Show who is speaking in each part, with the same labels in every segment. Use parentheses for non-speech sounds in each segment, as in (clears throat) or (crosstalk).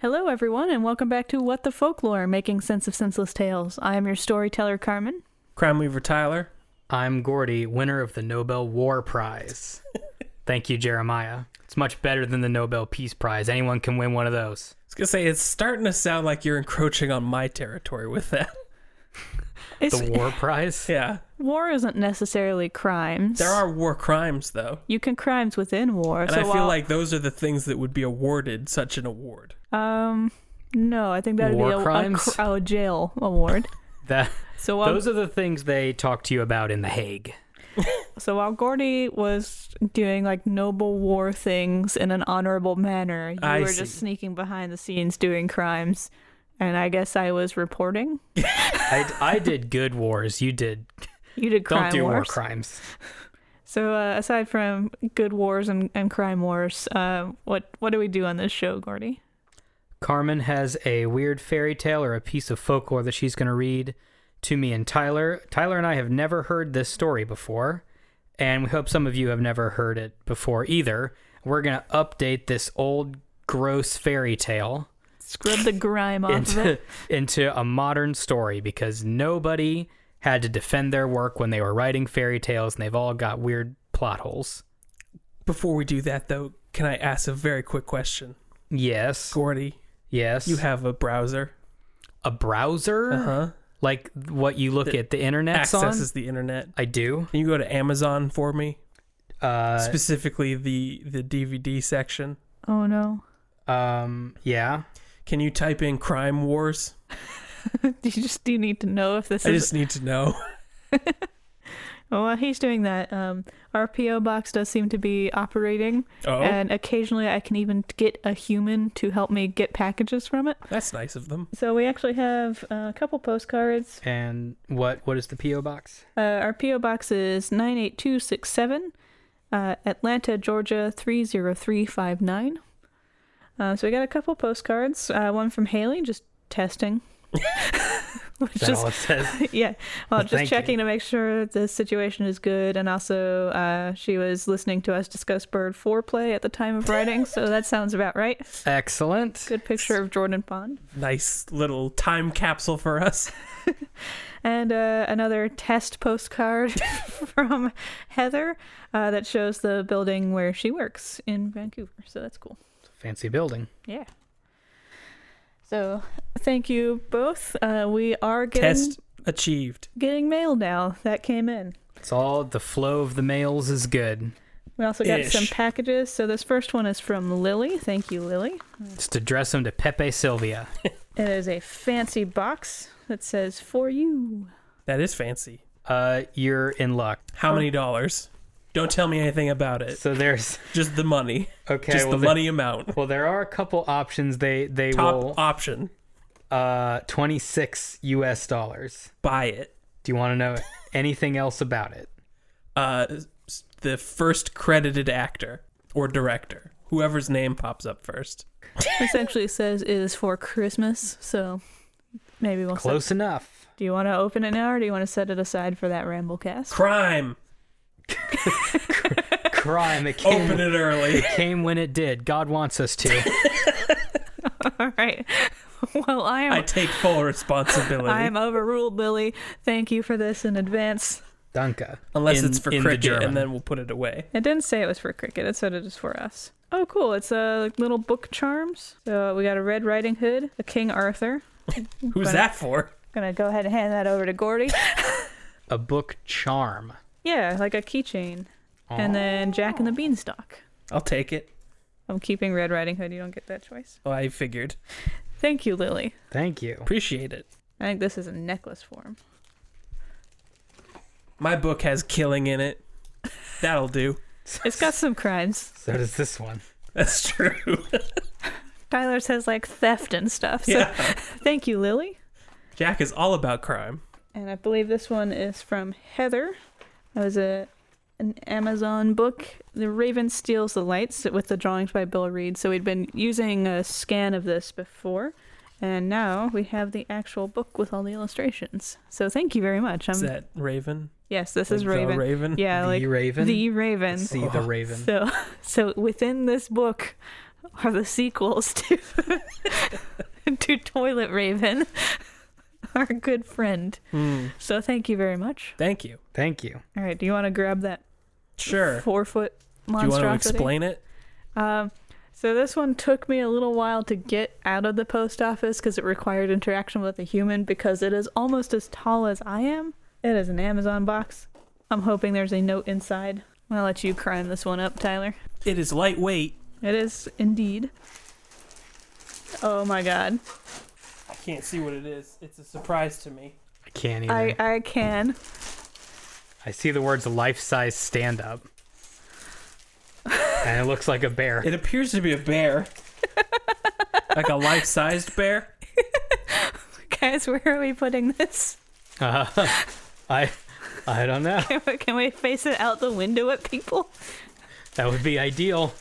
Speaker 1: Hello, everyone, and welcome back to What the Folklore, making sense of senseless tales. I am your storyteller, Carmen.
Speaker 2: Crime Weaver Tyler.
Speaker 3: I'm Gordy, winner of the Nobel War
Speaker 1: (laughs)
Speaker 3: Prize. Thank you, Jeremiah. It's much better than the Nobel Peace Prize. Anyone can win one of those.
Speaker 4: I was gonna say it's starting to sound like you're encroaching on my territory with that. (laughs)
Speaker 1: It's,
Speaker 3: The
Speaker 1: (laughs)
Speaker 3: War Prize?
Speaker 4: Yeah,
Speaker 1: war isn't necessarily crimes.
Speaker 4: there are war crimes though,
Speaker 1: you can crimes within war.
Speaker 4: and
Speaker 1: so uh,
Speaker 4: I feel
Speaker 1: while-
Speaker 4: like those are the things that would be awarded such an award.
Speaker 1: um, no, I think that would
Speaker 3: War
Speaker 1: be a, a,
Speaker 3: crimes?
Speaker 1: cr- a jail award.
Speaker 3: That,
Speaker 1: So while
Speaker 3: those are the things they talk to you about in The Hague.
Speaker 1: so while Gordy was doing like noble war things in an honorable manner, you
Speaker 4: I
Speaker 1: were
Speaker 4: see.
Speaker 1: just sneaking behind the scenes doing crimes, and I guess I was reporting.
Speaker 3: I, I did good wars. You did.
Speaker 1: You did crime
Speaker 3: Don't do war
Speaker 1: wars.
Speaker 3: crimes.
Speaker 1: So uh, aside from good wars and, and crime wars, uh, what what do we do on this show, Gordy?
Speaker 3: Carmen has a weird fairy tale or a piece of folklore that she's going to read to me and Tyler. Tyler and I have never heard this story before, and we hope some of you have never heard it before either. We're going to update this old gross fairy tale
Speaker 1: Scrub the grime
Speaker 4: (laughs)
Speaker 1: off of
Speaker 3: into (laughs)
Speaker 1: it.
Speaker 3: into a modern story because nobody had to defend their work when they were writing fairy tales and they've all got weird plot holes.
Speaker 4: Before we do that though, can I ask a very quick question,
Speaker 3: Yes.
Speaker 4: Gordy?
Speaker 3: Yes.
Speaker 4: You have a browser.
Speaker 3: a browser?
Speaker 4: Uh huh.
Speaker 3: Like what you look at the internet on?
Speaker 4: Accesses the internet.
Speaker 3: I do.
Speaker 4: Can you go to Amazon for me,
Speaker 3: Uh,
Speaker 4: specifically the the DVD section?
Speaker 1: Oh no!
Speaker 3: um, yeah.
Speaker 4: Can you type in crime wars?
Speaker 1: you just do need to know if this
Speaker 4: I
Speaker 1: is.
Speaker 4: just need to know. (laughs)
Speaker 1: Oh, well, he's doing that. Um, our PO box does seem to be operating,
Speaker 4: Oh,
Speaker 1: and occasionally I can even get a human to help me get packages from it.
Speaker 4: that's nice of them.
Speaker 1: So we actually have uh, a couple postcards.
Speaker 3: And what what is the PO box?
Speaker 1: Uh, our PO box is nine eight two six seven, uh, Atlanta, Georgia three zero three five nine. Uh, so we got a couple postcards. Uh, one from Haley, just testing. (laughs) Which
Speaker 3: Is that all it says?
Speaker 4: (laughs)
Speaker 1: yeah, well,
Speaker 3: Thank you.
Speaker 1: just checking to make sure the situation is good, and also uh, she was listening to us discuss bird foreplay at the time of writing, so that sounds about right.
Speaker 3: Excellent.
Speaker 1: Good picture of Jordan Pond.
Speaker 4: Nice little time capsule for
Speaker 3: (laughs)
Speaker 4: us.
Speaker 1: And uh, another test postcard (laughs) from Heather uh, that shows the building where she works in Vancouver. So that's cool.
Speaker 3: Fancy building.
Speaker 1: Yeah. So thank you both. Uh, we are getting
Speaker 4: Test achieved.
Speaker 1: getting mail now. That came in.
Speaker 3: It's all the flow of the mails is good.
Speaker 1: We also got
Speaker 4: Ish.
Speaker 1: some packages. So this first one is from Lily. Thank you, Lily.
Speaker 3: Just address them to Pepe Silvia.
Speaker 1: It is a fancy box that says "For you."
Speaker 4: That is fancy.
Speaker 3: Uh, you're in luck.
Speaker 4: How many dollars? Don't tell me anything about it.
Speaker 3: So there's
Speaker 4: Just the money.
Speaker 3: okay.
Speaker 4: Just
Speaker 3: well,
Speaker 4: the
Speaker 3: there-
Speaker 4: money amount.
Speaker 3: Well, there are a couple options. They they
Speaker 4: Top
Speaker 3: will
Speaker 4: option.
Speaker 3: uh 26 U.S. dollars.
Speaker 4: Buy it.
Speaker 3: Do you want to know anything else about
Speaker 4: (laughs)
Speaker 3: it?
Speaker 4: Uh, s- the first credited actor or director, whoever's name pops up first.
Speaker 1: This actually says it is for Christmas. So maybe we'll set-
Speaker 3: Close enough.
Speaker 1: Do you want to open it now, or do you want to set it aside for that
Speaker 4: (laughs)
Speaker 1: Ramblecast?
Speaker 4: Crime.
Speaker 3: Crime. It came,
Speaker 4: Open it
Speaker 3: (laughs)
Speaker 4: early.
Speaker 3: came when it did. God wants us to.
Speaker 4: (laughs)
Speaker 1: All right. (laughs) Well, I
Speaker 4: I
Speaker 1: am.
Speaker 4: take full responsibility.
Speaker 1: I am overruled, Lily. Thank you for this in advance.
Speaker 3: Danke.
Speaker 4: Unless
Speaker 3: In-
Speaker 4: it's for
Speaker 3: in the
Speaker 4: cricket,
Speaker 3: German.
Speaker 4: and then we'll put it away.
Speaker 1: It didn't say it was for cricket. It said it is for us. Oh, cool! It's a uh, little book charms. So uh, we got a Red Riding Hood, a King Arthur.
Speaker 4: Who's
Speaker 1: But-
Speaker 4: that for?
Speaker 1: Gonna go ahead and hand that over
Speaker 4: (laughs)
Speaker 1: to Gordy.
Speaker 3: a book charm.
Speaker 1: Yeah, like a keychain. And then Jack and the Beanstalk.
Speaker 4: I'll take it.
Speaker 1: I'm keeping Red Riding Hood. You don't get that choice.
Speaker 4: Oh, I figured.
Speaker 1: Thank you, Lily.
Speaker 3: Thank you.
Speaker 4: Appreciate it.
Speaker 1: I think this is a necklace form.
Speaker 4: My book has killing in it. That'll do.
Speaker 1: It's got some crimes.
Speaker 3: So does this one.
Speaker 4: That's true.
Speaker 1: Tyler says like theft and stuff.
Speaker 4: (laughs)
Speaker 1: So
Speaker 4: Yeah.
Speaker 1: thank you, Lily.
Speaker 4: Jack is all about crime.
Speaker 1: And I believe this one is from Heather. That was a an Amazon book. The Raven Steals the Lights with the drawings by Bill Reed. So we'd been using a scan of this before. And now we have the actual book with all the illustrations. So thank you very much.
Speaker 4: Is
Speaker 1: I'm,
Speaker 4: that Raven?
Speaker 1: yes, Um, this is
Speaker 4: Like the
Speaker 1: Raven.
Speaker 4: Raven?
Speaker 1: Yeah,
Speaker 3: The
Speaker 1: like
Speaker 3: Raven?
Speaker 1: The Raven. Oh,
Speaker 3: See the Raven.
Speaker 1: So, (laughs) so within this book are the sequels to (laughs) to Toilet Raven, (laughs) our good friend.
Speaker 4: Hmm.
Speaker 1: So thank you very much.
Speaker 4: Thank you.
Speaker 3: Thank you.
Speaker 1: All right, do you want to grab that
Speaker 4: Sure.
Speaker 1: four foot
Speaker 4: Do you
Speaker 1: monstrosity?
Speaker 4: want to explain it?
Speaker 1: Um, so this one took me a little while to get out of the post office because it required interaction with a human because it is almost as tall as I am. It is an Amazon box. I'm hoping there's a note inside. I'll let you crime this one up, Tyler.
Speaker 4: It is lightweight.
Speaker 1: It is indeed. Oh my god.
Speaker 4: I can't see what it is. It's a surprise to me.
Speaker 3: I can't even.
Speaker 1: I,
Speaker 3: I,
Speaker 1: I can. (laughs)
Speaker 3: see the words life size stand up. and it looks like a
Speaker 1: (laughs)
Speaker 3: bear.
Speaker 4: It appears to be a bear, like a life-sized bear.
Speaker 1: Guys, where are we putting this? (laughs)
Speaker 3: I I don't know.
Speaker 1: Can we, can we face it out the window at people? (laughs)
Speaker 3: That would be ideal.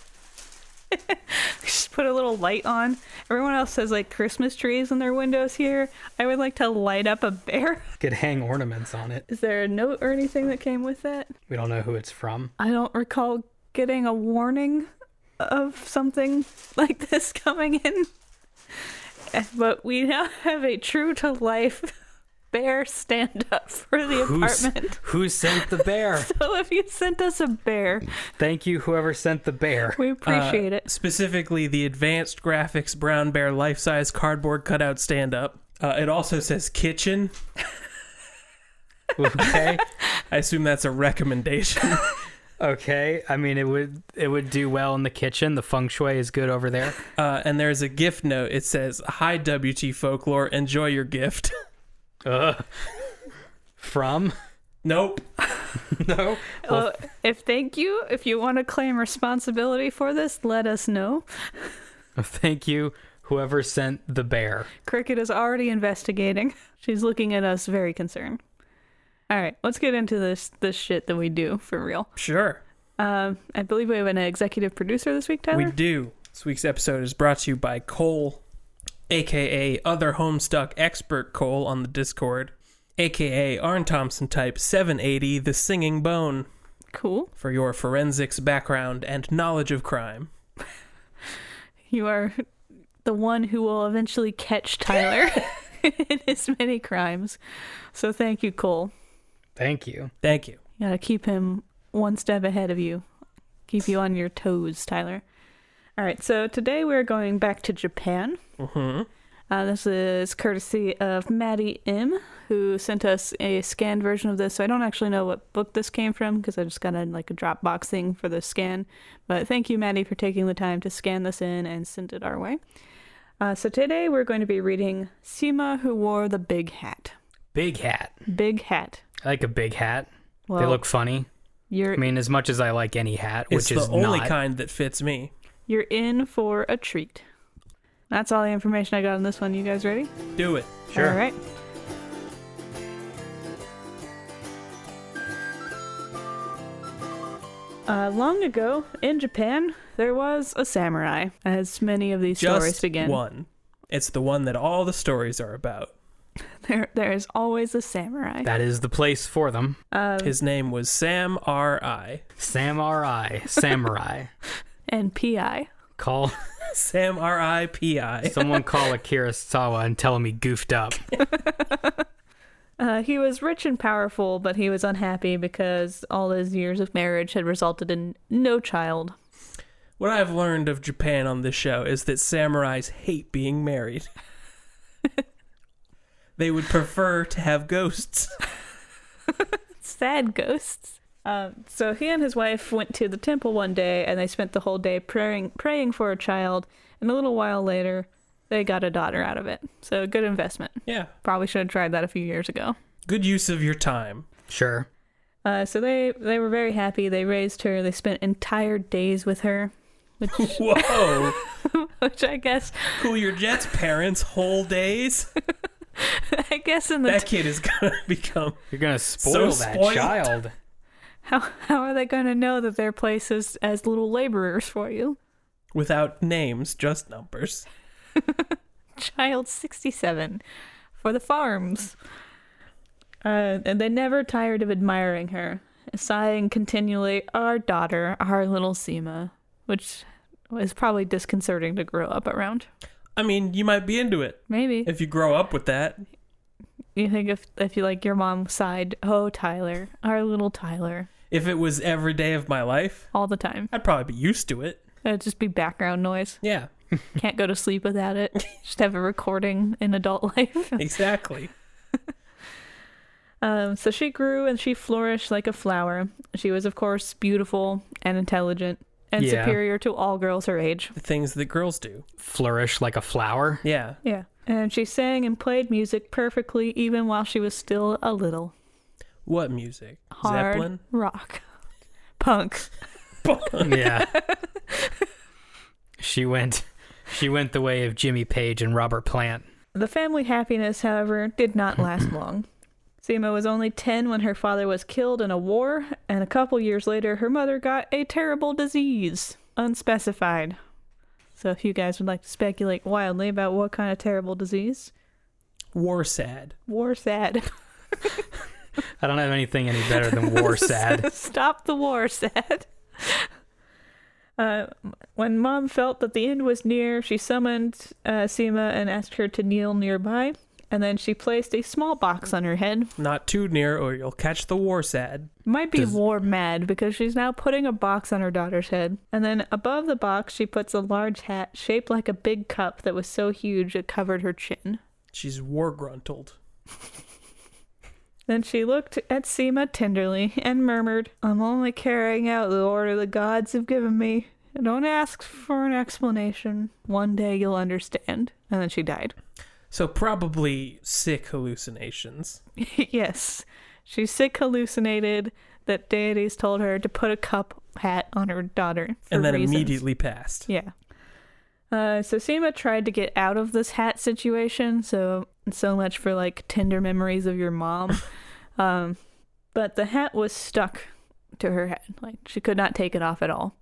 Speaker 1: Just put a little light on. Everyone else has like Christmas trees in their windows here. I would like to light up a bear. (laughs)
Speaker 3: Could hang ornaments on it.
Speaker 1: Is there a note or anything that came with that?
Speaker 3: We don't know who it's from.
Speaker 1: I don't recall getting a warning of something (laughs) like this coming in. But we now have a true to life (laughs) bear stand up for the
Speaker 3: Who's, (laughs)
Speaker 1: apartment.
Speaker 3: who sent the
Speaker 1: (laughs)
Speaker 3: bear?
Speaker 1: So if you sent us a bear,
Speaker 3: Thank you, whoever sent the bear.
Speaker 1: we appreciate
Speaker 4: Uh,
Speaker 1: it.
Speaker 4: Specifically, the advanced graphics brown bear life-size cardboard cutout stand-up. Uh, it also says kitchen.
Speaker 3: Okay.
Speaker 4: I assume that's a recommendation.
Speaker 3: Okay. I mean, it would it would do well in the kitchen. The feng shui is good over
Speaker 1: (laughs)
Speaker 3: there.
Speaker 4: Uh, and there's a gift note. It says, "Hi WT Folklore, enjoy your gift." (laughs)
Speaker 3: Ugh. Uh, From? (laughs)
Speaker 4: nope.
Speaker 3: No.
Speaker 1: Well, if thank you, if you want to claim responsibility for this, let us know.
Speaker 3: (laughs) Thank you, whoever sent the bear.
Speaker 1: Cricket is already investigating. (laughs) She's looking at us very concerned. All right, let's get into this this shit that we do for real.
Speaker 4: Sure.
Speaker 1: Um, I believe we have an executive producer this week, Tyler.
Speaker 4: We do. This week's episode is brought to you by Cole, aka Other Homestuck Expert Cole on the Discord, aka Arn Thompson Type 780, The Singing Bone,
Speaker 1: Cool.
Speaker 4: for your forensics background and knowledge of crime.
Speaker 1: You are the one who will eventually catch Tyler (laughs) in his many crimes. So thank you, Cole.
Speaker 3: Thank you.
Speaker 4: Thank you.
Speaker 1: You gotta keep him one step ahead of you. Keep you on your toes, Tyler. All right, so today we're going back to Japan. Mm-hmm. Uh, this is courtesy of Maddie M, who sent us a scanned version of this. So I don't actually know what book this came from because I just got a, like a Dropbox thing for the scan. But thank you, Maddie, for taking the time to scan this in and send it our way. Uh, so today we're going to be reading Sima Who Wore the Big Hat.
Speaker 3: Big hat.
Speaker 1: Big Hat.
Speaker 3: I like a big hat. they
Speaker 1: Well,
Speaker 3: look funny.
Speaker 1: you're
Speaker 3: I mean, as much as I like any hat,
Speaker 4: It's
Speaker 3: which
Speaker 4: the
Speaker 3: is
Speaker 4: only
Speaker 3: not.
Speaker 4: kind that fits me.
Speaker 1: You're in for a treat. That's all the information I got on this one. You guys ready?
Speaker 4: Do it.
Speaker 3: Sure.
Speaker 1: All right. Uh, long ago in Japan, there was a samurai, as many of these stories
Speaker 4: Just
Speaker 1: begin.
Speaker 4: one. It's the one that all the stories are about.
Speaker 1: (laughs) There, there is always a samurai.
Speaker 3: That is the place for them.
Speaker 4: His name was Sam R.I.
Speaker 3: Samurai. Samurai.
Speaker 1: and PI.
Speaker 3: call
Speaker 4: Sam R.I.P.I.
Speaker 3: someone call Akira Sawa and tell him he goofed up.
Speaker 1: Uh, he was rich and powerful, but he was unhappy because all his years of marriage had resulted in no child.
Speaker 4: What I've learned of Japan on this show is that samurais hate being (laughs) married. they would prefer to have ghosts.
Speaker 1: sad ghosts. Um, so he and his wife went to the temple one day, and they spent the whole day praying, praying for a child. And a little while later, they got a daughter out of it. So good investment.
Speaker 4: Yeah.
Speaker 1: Probably should have tried that a few years ago.
Speaker 4: Good use of your time.
Speaker 3: Sure.
Speaker 1: Uh, so they they were very happy. They raised her. They spent entire days with her. Which (laughs)
Speaker 4: Whoa.
Speaker 1: which I guess,
Speaker 4: (laughs) Cool your jets, parents. Whole days.
Speaker 1: I guess in the
Speaker 4: That kid is gonna (laughs) become.
Speaker 3: You're gonna spoil that
Speaker 4: spoiled.
Speaker 3: child.
Speaker 1: How how are they going to know that their place is as little laborers for you?
Speaker 4: without names, just numbers.
Speaker 1: Child 67 for the farms. Uh, and they never tired of admiring her, sighing continually, our daughter, our little Seema, which is probably disconcerting to grow up around.
Speaker 4: I mean, you might be into it
Speaker 1: Maybe.
Speaker 4: if you grow up with that.
Speaker 1: you think if, if you like your mom sighed, oh, Tyler, our little Tyler,
Speaker 4: If it was every day of my life,
Speaker 1: all the time.
Speaker 4: I'd probably be used to it.
Speaker 1: It'd just be background noise.
Speaker 4: Yeah,
Speaker 1: Can't go to sleep without it. Just have a recording in adult (laughs) life.
Speaker 4: exactly.
Speaker 1: Um, so she grew and she flourished like a flower. She was, of course, beautiful and intelligent and
Speaker 3: Yeah.
Speaker 1: superior to all girls her age.
Speaker 4: the things that girls do.
Speaker 3: Flourish like a flower.
Speaker 4: Yeah.
Speaker 1: Yeah. And she sang and played music perfectly even while she was still a little
Speaker 4: What music?
Speaker 1: hard
Speaker 4: Zeppelin?
Speaker 1: rock. (laughs) Punk.
Speaker 3: Yeah. she went. She went the way of Jimmy Page and Robert Plant.
Speaker 1: The family happiness, however, did not last long. Seema was only 10 when her father was killed in a war, and a couple years later, her mother got a terrible disease, unspecified. So, if you guys would like to speculate wildly about what kind of terrible disease,
Speaker 4: (laughs) War sad.
Speaker 1: war sad. (laughs)
Speaker 3: I don't have anything any better than
Speaker 4: (laughs)
Speaker 3: war sad.
Speaker 1: Stop the war sad. (laughs) Uh, when mom felt that the end was near, she summoned uh, Seema and asked her to kneel nearby, and then she placed a small box on her head.
Speaker 4: Not too near, or you'll catch the war sad.
Speaker 1: Might be
Speaker 3: Does-
Speaker 1: war mad because she's now putting a box on her daughter's head. And then above the box, she puts a large hat shaped like a big cup that was so huge it covered her chin.
Speaker 4: She's war gruntled.
Speaker 1: Then she looked at Seema tenderly and murmured, I'm only carrying out the order the gods have given me. Don't ask for an explanation. One day you'll understand. And then she died. (laughs)
Speaker 4: So probably sick hallucinations.
Speaker 1: yes, she's sick, hallucinated that deities told her to put a cup hat on her daughter. For
Speaker 4: and then
Speaker 1: reasons.
Speaker 4: immediately passed.
Speaker 1: Yeah. Uh, so Seema tried to get out of this hat situation. So so much for like tender memories of your mom, um, but the hat was stuck to her head. Like she could not take it off at all.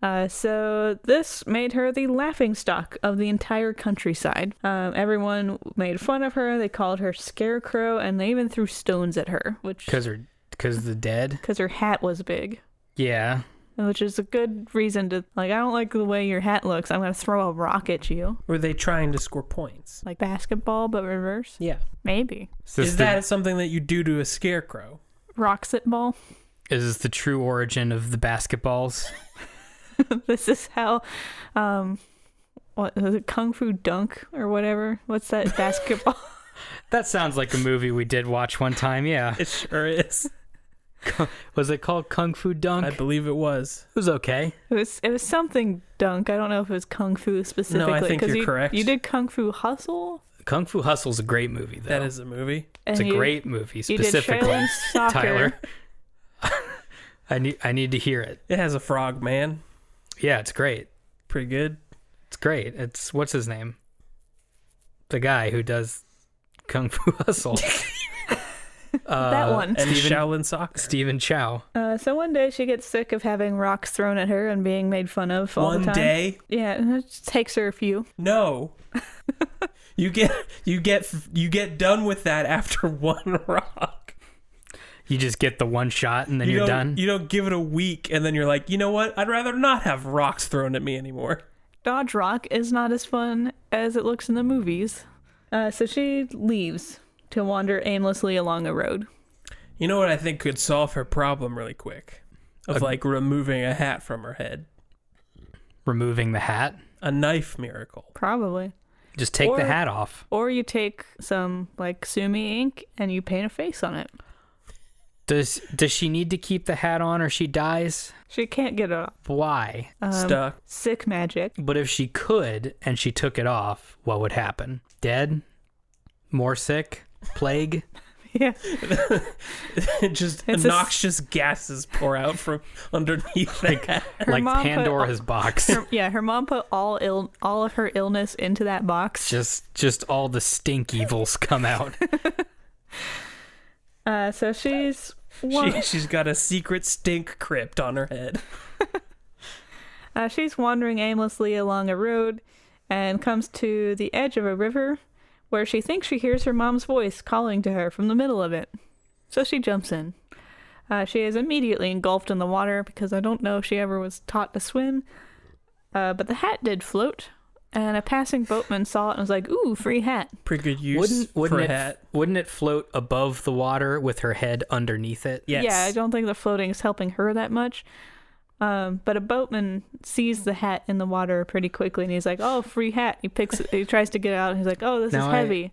Speaker 1: Uh, so this made her the laughing stock of the entire countryside. Um, everyone made fun of her. They called her Scarecrow, and they even threw stones at her, which
Speaker 3: Cause her. Cause the dead.
Speaker 1: because her hat was big
Speaker 3: Yeah.
Speaker 1: which is a good reason to like i don't like the way your hat looks i'm going to throw a rock at you
Speaker 4: Were they trying to score points?
Speaker 1: like basketball but reverse
Speaker 4: Yeah.
Speaker 1: maybe
Speaker 3: Is
Speaker 4: Is
Speaker 3: the-
Speaker 4: that something that you do to a scarecrow?
Speaker 1: rocks at ball
Speaker 3: is this the true origin of the basketballs?
Speaker 1: (laughs) this is how um what was it kung fu dunk or whatever what's
Speaker 4: (laughs)
Speaker 1: that basketball
Speaker 3: (laughs) That sounds like a movie we did watch one time. Yeah.
Speaker 4: It sure is.
Speaker 3: Was it called Kung Fu Dunk?
Speaker 4: I believe it was.
Speaker 3: it was okay.
Speaker 1: it was it was something dunk i don't know if it was kung fu specifically
Speaker 4: think
Speaker 1: 'cause
Speaker 4: you're
Speaker 1: you,
Speaker 4: correct.
Speaker 1: you did kung fu hustle
Speaker 3: Kung Fu Hustle's a great movie, though.
Speaker 4: That is a movie.
Speaker 3: It's
Speaker 1: and
Speaker 3: a
Speaker 1: you-
Speaker 3: great movie,
Speaker 1: you did
Speaker 3: specifically.
Speaker 1: Shaolin soccer
Speaker 3: Tyler. (laughs) I need I need to hear it.
Speaker 4: It has a frog man.
Speaker 3: Yeah, it's great.
Speaker 4: Pretty good.
Speaker 3: It's great. It's what's his name? The guy who does Kung Fu (laughs) Hustle.
Speaker 1: that one
Speaker 4: uh, And
Speaker 3: Steven-
Speaker 4: Shaolin soccer.
Speaker 3: Stephen Chow.
Speaker 1: uh, so one day she gets sick of having rocks thrown at her and being made fun of all
Speaker 4: One
Speaker 1: the time
Speaker 4: day,
Speaker 1: yeah and it just takes her a few
Speaker 4: no. you get you get you get done with that after (laughs) one rock.
Speaker 3: You just get the one shot and then
Speaker 4: you
Speaker 3: you are
Speaker 4: don't,
Speaker 3: done.
Speaker 4: You don't give it a week, and then you're like, you know what? I'd rather not have rocks thrown at me anymore.
Speaker 1: Dodge Rock is not as fun as it looks in the movies. Uh, so she leaves to wander aimlessly along a road.
Speaker 4: You know what I think could solve her problem really quick, of like removing a hat from her head.
Speaker 3: Removing the hat.
Speaker 4: A knife miracle.
Speaker 1: Probably.
Speaker 3: Just take
Speaker 1: Or-
Speaker 3: the hat off.
Speaker 1: Or you take some, like, Sumi ink and you paint a face on it.
Speaker 3: Does does she need to keep the hat on or she dies?
Speaker 1: She can't get it off.
Speaker 3: Why?
Speaker 1: Um,
Speaker 4: Stuck. (laughs)
Speaker 1: Sick magic. (laughs)
Speaker 3: But if she could and she took it off, what would happen? Dead? More sick? Plague?
Speaker 1: yeah.
Speaker 4: just
Speaker 1: It's a s-
Speaker 4: noxious gases pour out from (laughs) underneath
Speaker 3: (laughs)
Speaker 4: that.
Speaker 1: Her
Speaker 3: like
Speaker 1: mom put-
Speaker 3: Pandora's box.
Speaker 1: Her- yeah, her mom put all ill all of her illness into that box.
Speaker 3: just just all the stink evils come out.
Speaker 1: Uh, so she's one.
Speaker 4: She, she's got a secret stink crypt on her head.
Speaker 1: Uh, she's wandering aimlessly along a road and comes to the edge of a river where she thinks she hears her mom's voice calling to her from the middle of it. So she jumps in. Uh, she is immediately engulfed in the water because I don't know if she ever was taught to swim. Uh, but the hat did float, and a passing boatman saw it and was like, Ooh, free hat.
Speaker 4: Pretty good use
Speaker 3: wouldn't wouldn't
Speaker 4: for
Speaker 3: it
Speaker 4: a hat.
Speaker 3: wouldn't it float above the water with her head underneath it?
Speaker 4: Yes.
Speaker 1: Yeah, I don't think the floating is helping her that much. Um, but a boatman sees the hat in the water pretty quickly, and he's like, "Oh, free hat!" He picks, it, he tries to get it out, and he's like, "Oh, this
Speaker 3: Now
Speaker 1: is
Speaker 3: I-
Speaker 1: heavy."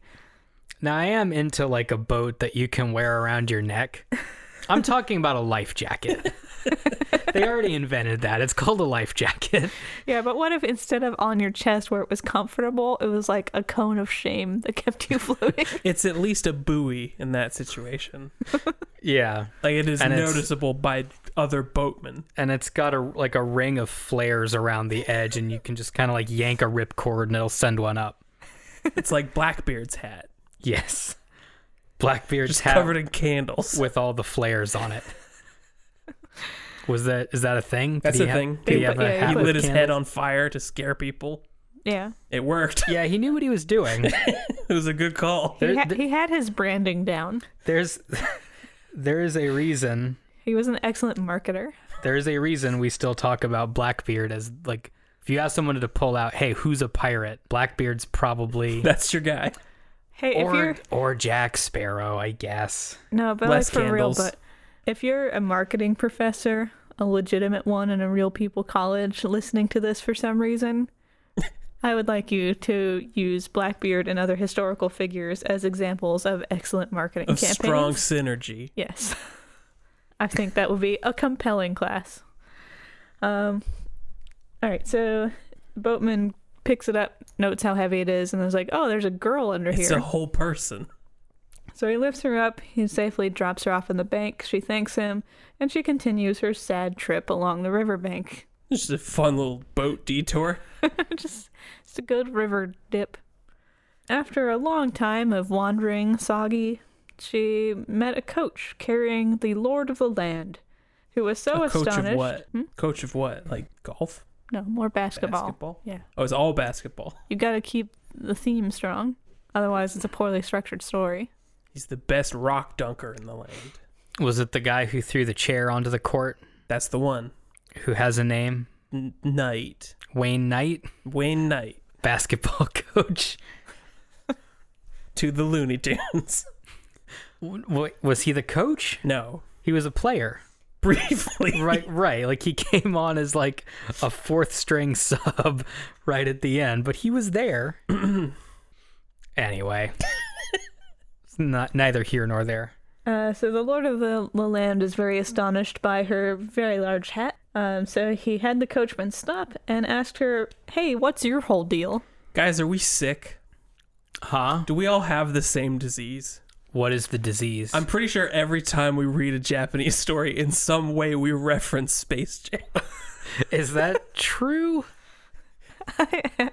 Speaker 3: Now I am into like a boat that you can wear around your neck. I'm talking about a life
Speaker 4: (laughs)
Speaker 3: jacket. they already invented that. It's called a life jacket.
Speaker 1: Yeah, but what if instead of on your chest where it was comfortable, it was like a cone of shame that kept you (laughs) floating?
Speaker 4: It's at least a buoy in that situation.
Speaker 3: Yeah.
Speaker 4: Like it is
Speaker 3: And it's-
Speaker 4: noticeable by other boatmen.
Speaker 3: And it's got a like a ring of flares around the edge and you can just kind of like yank a rip cord and it'll send one up.
Speaker 4: It's like Blackbeard's hat,
Speaker 3: Yes. Blackbeard's
Speaker 4: just
Speaker 3: hat
Speaker 4: covered in candles.
Speaker 3: (laughs) with all the flares on it. Was that is that a thing? Did
Speaker 4: That's
Speaker 3: he
Speaker 4: a
Speaker 3: have-
Speaker 4: thing.
Speaker 3: did he
Speaker 1: They
Speaker 3: have
Speaker 1: put-
Speaker 3: a
Speaker 1: yeah, he
Speaker 3: hat
Speaker 4: he
Speaker 3: with
Speaker 4: lit his
Speaker 3: candles?
Speaker 4: head on fire to scare people.
Speaker 1: yeah.
Speaker 4: It worked. (laughs)
Speaker 3: Yeah, he knew what he was doing.
Speaker 4: It was a good call.
Speaker 3: There-
Speaker 1: He, ha-
Speaker 3: there-
Speaker 1: he had his branding down.
Speaker 3: There's there is a reason
Speaker 1: He was an excellent marketer.
Speaker 3: there is a reason we still talk about Blackbeard as like if you ask someone to pull out, hey, who's a pirate? Blackbeard's
Speaker 1: (laughs)
Speaker 3: probably
Speaker 4: That's your guy.
Speaker 1: Hey, if
Speaker 3: or
Speaker 1: you're
Speaker 3: or Jack Sparrow, I guess.
Speaker 1: no, but like
Speaker 4: less
Speaker 1: for real,
Speaker 4: candles.
Speaker 1: but if you're a marketing professor, a legitimate one in a real people college, listening to this for
Speaker 4: (laughs)
Speaker 1: some reason, I would like you to use Blackbeard and other historical figures as examples of excellent marketing
Speaker 4: Of
Speaker 1: campaigns.
Speaker 4: strong synergy.
Speaker 1: Yes. (laughs) I think that would be a compelling class. Um, all right, so Boatman picks it up, notes how heavy it is, and is like, oh, there's a girl under
Speaker 4: It's
Speaker 1: here.
Speaker 4: a whole person.
Speaker 1: So he lifts her up, he safely drops her off in the bank, she thanks him, and she continues her sad trip along the riverbank. (laughs)
Speaker 4: Just a fun little boat detour.
Speaker 1: just it's a good river dip. After a long time of wandering soggy, she met a coach carrying the Lord of the Land, who was so
Speaker 4: a coach
Speaker 1: astonished. Hmm?
Speaker 4: of what? Coach of what? Like golf?
Speaker 1: No, more basketball.
Speaker 4: Basketball?
Speaker 1: Yeah.
Speaker 4: Oh, it's all basketball.
Speaker 1: You gotta keep the theme strong. Otherwise, it's a poorly structured story.
Speaker 4: He's the best rock dunker in the land.
Speaker 3: Was it the guy who threw the chair onto the court
Speaker 4: That's the one.
Speaker 3: who has a name?
Speaker 4: N- Knight.
Speaker 3: Wayne Knight,
Speaker 4: Wayne Knight
Speaker 3: basketball (laughs) coach.
Speaker 4: to the Looney Tunes. (laughs)
Speaker 3: W- w- Was he the coach?
Speaker 4: no.
Speaker 3: He was a player.
Speaker 4: Briefly.
Speaker 3: Right, right. Like he (laughs) came on as like a fourth string sub (laughs) right at the end, but he was there. (clears throat) anyway. It's not neither here nor there.
Speaker 1: Uh, so the Lord of the, the Land is very astonished by her very large hat. Um, so he had the coachman stop and asked her, "Hey, what's your whole deal?"
Speaker 4: Guys, are we sick?
Speaker 3: Huh?
Speaker 4: Do we all have the same disease?
Speaker 3: What is the disease?
Speaker 4: I'm pretty sure every time we read a Japanese story, in some way we reference Space Jam.
Speaker 3: (laughs) is that true?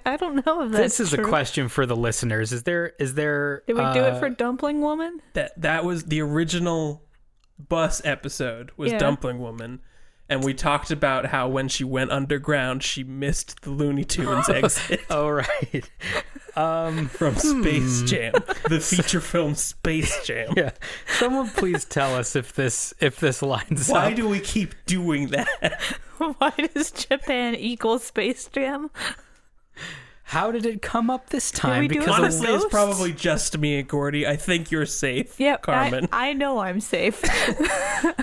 Speaker 1: I don't know if that's
Speaker 3: this is
Speaker 1: true.
Speaker 3: a question for the listeners. Is there is there
Speaker 1: Did we do
Speaker 3: uh,
Speaker 1: (laughs) it for Dumpling Woman?
Speaker 4: that that was the original bus episode was
Speaker 1: Yeah.
Speaker 4: Dumpling Woman, and we talked about how when she went underground, she missed the Looney (laughs) Tunes exit
Speaker 3: Oh right. (laughs)
Speaker 4: from Space Jam, the feature film Space Jam.
Speaker 3: Yeah. Someone please tell us if this if this lines
Speaker 4: (laughs)
Speaker 3: up.
Speaker 4: Why do we keep doing that?
Speaker 1: Why does Japan equal Space Jam?
Speaker 3: How did it come up this time?
Speaker 1: we do it
Speaker 3: because
Speaker 1: for
Speaker 3: of-
Speaker 4: Honestly, it's
Speaker 1: ghosts?
Speaker 4: probably just me and Gordy. I think you're safe,
Speaker 1: Yep, I-
Speaker 4: Carmen.
Speaker 1: I, know
Speaker 3: (laughs)
Speaker 1: I'm safe. (laughs)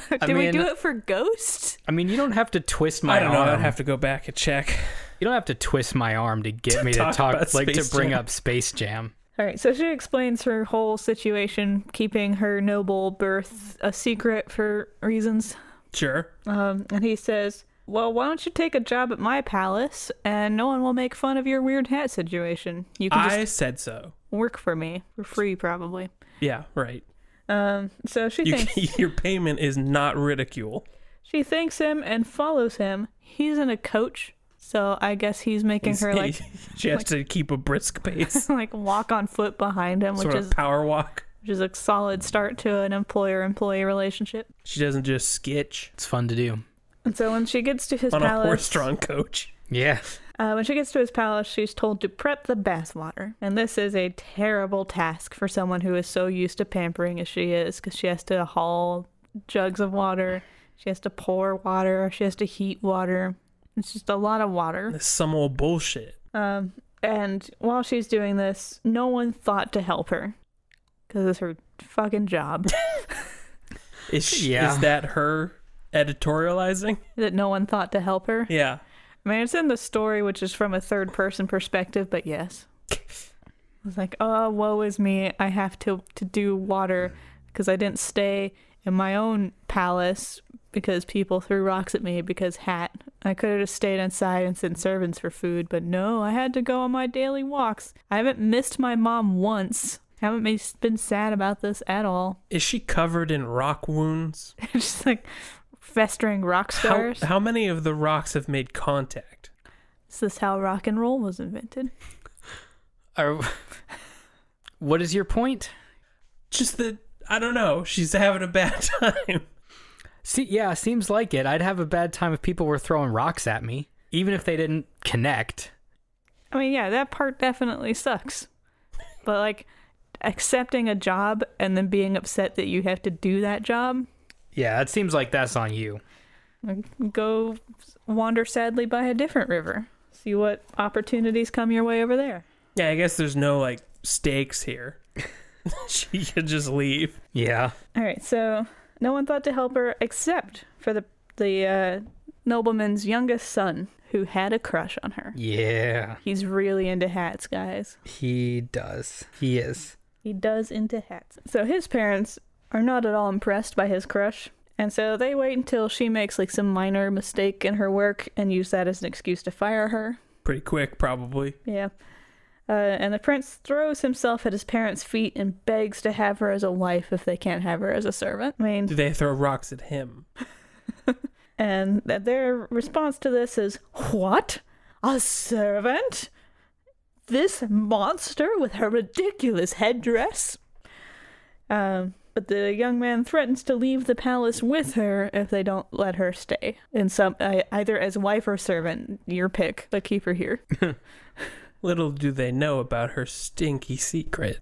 Speaker 1: Did we
Speaker 3: mean-
Speaker 1: do it for Ghost?
Speaker 3: I mean, you don't have to twist my
Speaker 4: I don't know.
Speaker 3: arm.
Speaker 4: I'd have to go back and check.
Speaker 3: You don't have to twist my arm to get me
Speaker 4: talk
Speaker 3: to talk,
Speaker 4: about
Speaker 3: like to
Speaker 4: Space
Speaker 3: bring
Speaker 4: Jam.
Speaker 3: up Space Jam.
Speaker 1: All right, so she explains her whole situation, keeping her noble birth a secret for reasons.
Speaker 4: Sure.
Speaker 1: Um, and he says, Well, why don't you take a job at my palace and no one will make fun of your weird hat situation? You can just
Speaker 4: I said so.
Speaker 1: work for me for free, probably.
Speaker 4: Yeah, right.
Speaker 1: Um, so she
Speaker 4: You, (laughs)
Speaker 1: thinks
Speaker 4: your payment is not ridicule.
Speaker 1: she thanks him and follows him. He's in a coach, so I guess he's
Speaker 4: (laughs)
Speaker 1: making her like
Speaker 4: she has to keep a brisk pace,
Speaker 1: like walk on foot behind him, (laughs) which
Speaker 4: sort
Speaker 1: is
Speaker 4: of power walk.
Speaker 1: which is a solid start to an employer-employee relationship.
Speaker 4: She doesn't just skitch
Speaker 3: It's fun to do.
Speaker 1: And so when she gets to his
Speaker 4: on a
Speaker 1: palace,
Speaker 4: horse-drawn coach.
Speaker 3: Yeah.
Speaker 1: uh, when she gets to his palace, she's told to prep the bath water, and this is a terrible task for someone who is so used to pampering as she is, because she has to haul jugs of water, she has to pour water, she has to heat water. It's just a lot of water.
Speaker 4: That's some old bullshit.
Speaker 1: Um, and while she's doing this, no one thought to help her because it's her fucking job (laughs)
Speaker 4: Is she,
Speaker 3: Yeah.
Speaker 4: is that her editorializing?
Speaker 1: that no one thought to help her.
Speaker 4: Yeah.
Speaker 1: I mean, it's in the story, which is from a third person perspective, but yes. It's like, oh, woe is me. I have to, to do water because I didn't stay in my own palace because people threw rocks at me because hat. I could have just stayed inside and sent servants for food, but no, I had to go on my daily walks. I haven't missed my mom once. I haven't been- been sad about this at all. (laughs)
Speaker 4: Is she covered in rock wounds?
Speaker 1: just like festering rock
Speaker 4: How,
Speaker 1: stars.
Speaker 4: how many of the rocks have made contact?
Speaker 1: Is this how rock and roll was invented?
Speaker 3: Are, what is your point?
Speaker 4: Just that I don't know. She's having a bad (laughs) time.
Speaker 3: See, yeah, seems like it. I'd have a bad time if people were throwing rocks at me, even if they didn't connect.
Speaker 1: I mean, yeah, that part definitely sucks. But like accepting a job and then being upset that you have to do that job,
Speaker 3: Yeah, it seems like that's on you.
Speaker 1: like, go wander sadly by a different river. See what opportunities come your way over there.
Speaker 4: Yeah, I guess there's no like stakes here. (laughs) she could just leave.
Speaker 3: Yeah.
Speaker 1: All right, so no one thought to help her except for the the uh, nobleman's youngest son who had a crush on her.
Speaker 3: Yeah.
Speaker 1: He's really into hats, guys.
Speaker 3: He does. He is.
Speaker 1: He does into hats. So his parents are not at all impressed by his crush, and so they wait until she makes like some minor mistake in her work and use that as an excuse to fire her.
Speaker 4: Pretty quick, probably.
Speaker 1: Yeah. Uh, and the prince throws himself at his parents' feet and begs to have her as a wife if they can't have her as a servant. I
Speaker 4: Do
Speaker 1: mean,
Speaker 4: they throw rocks at him?
Speaker 1: and th- their response to this is, What? A servant? This monster with her ridiculous headdress? Um, but the young man threatens to leave the palace with her if they don't let her stay. In some, uh, either as wife or servant, your pick. But keep her here. (laughs)
Speaker 4: Little do they know about her stinky secret.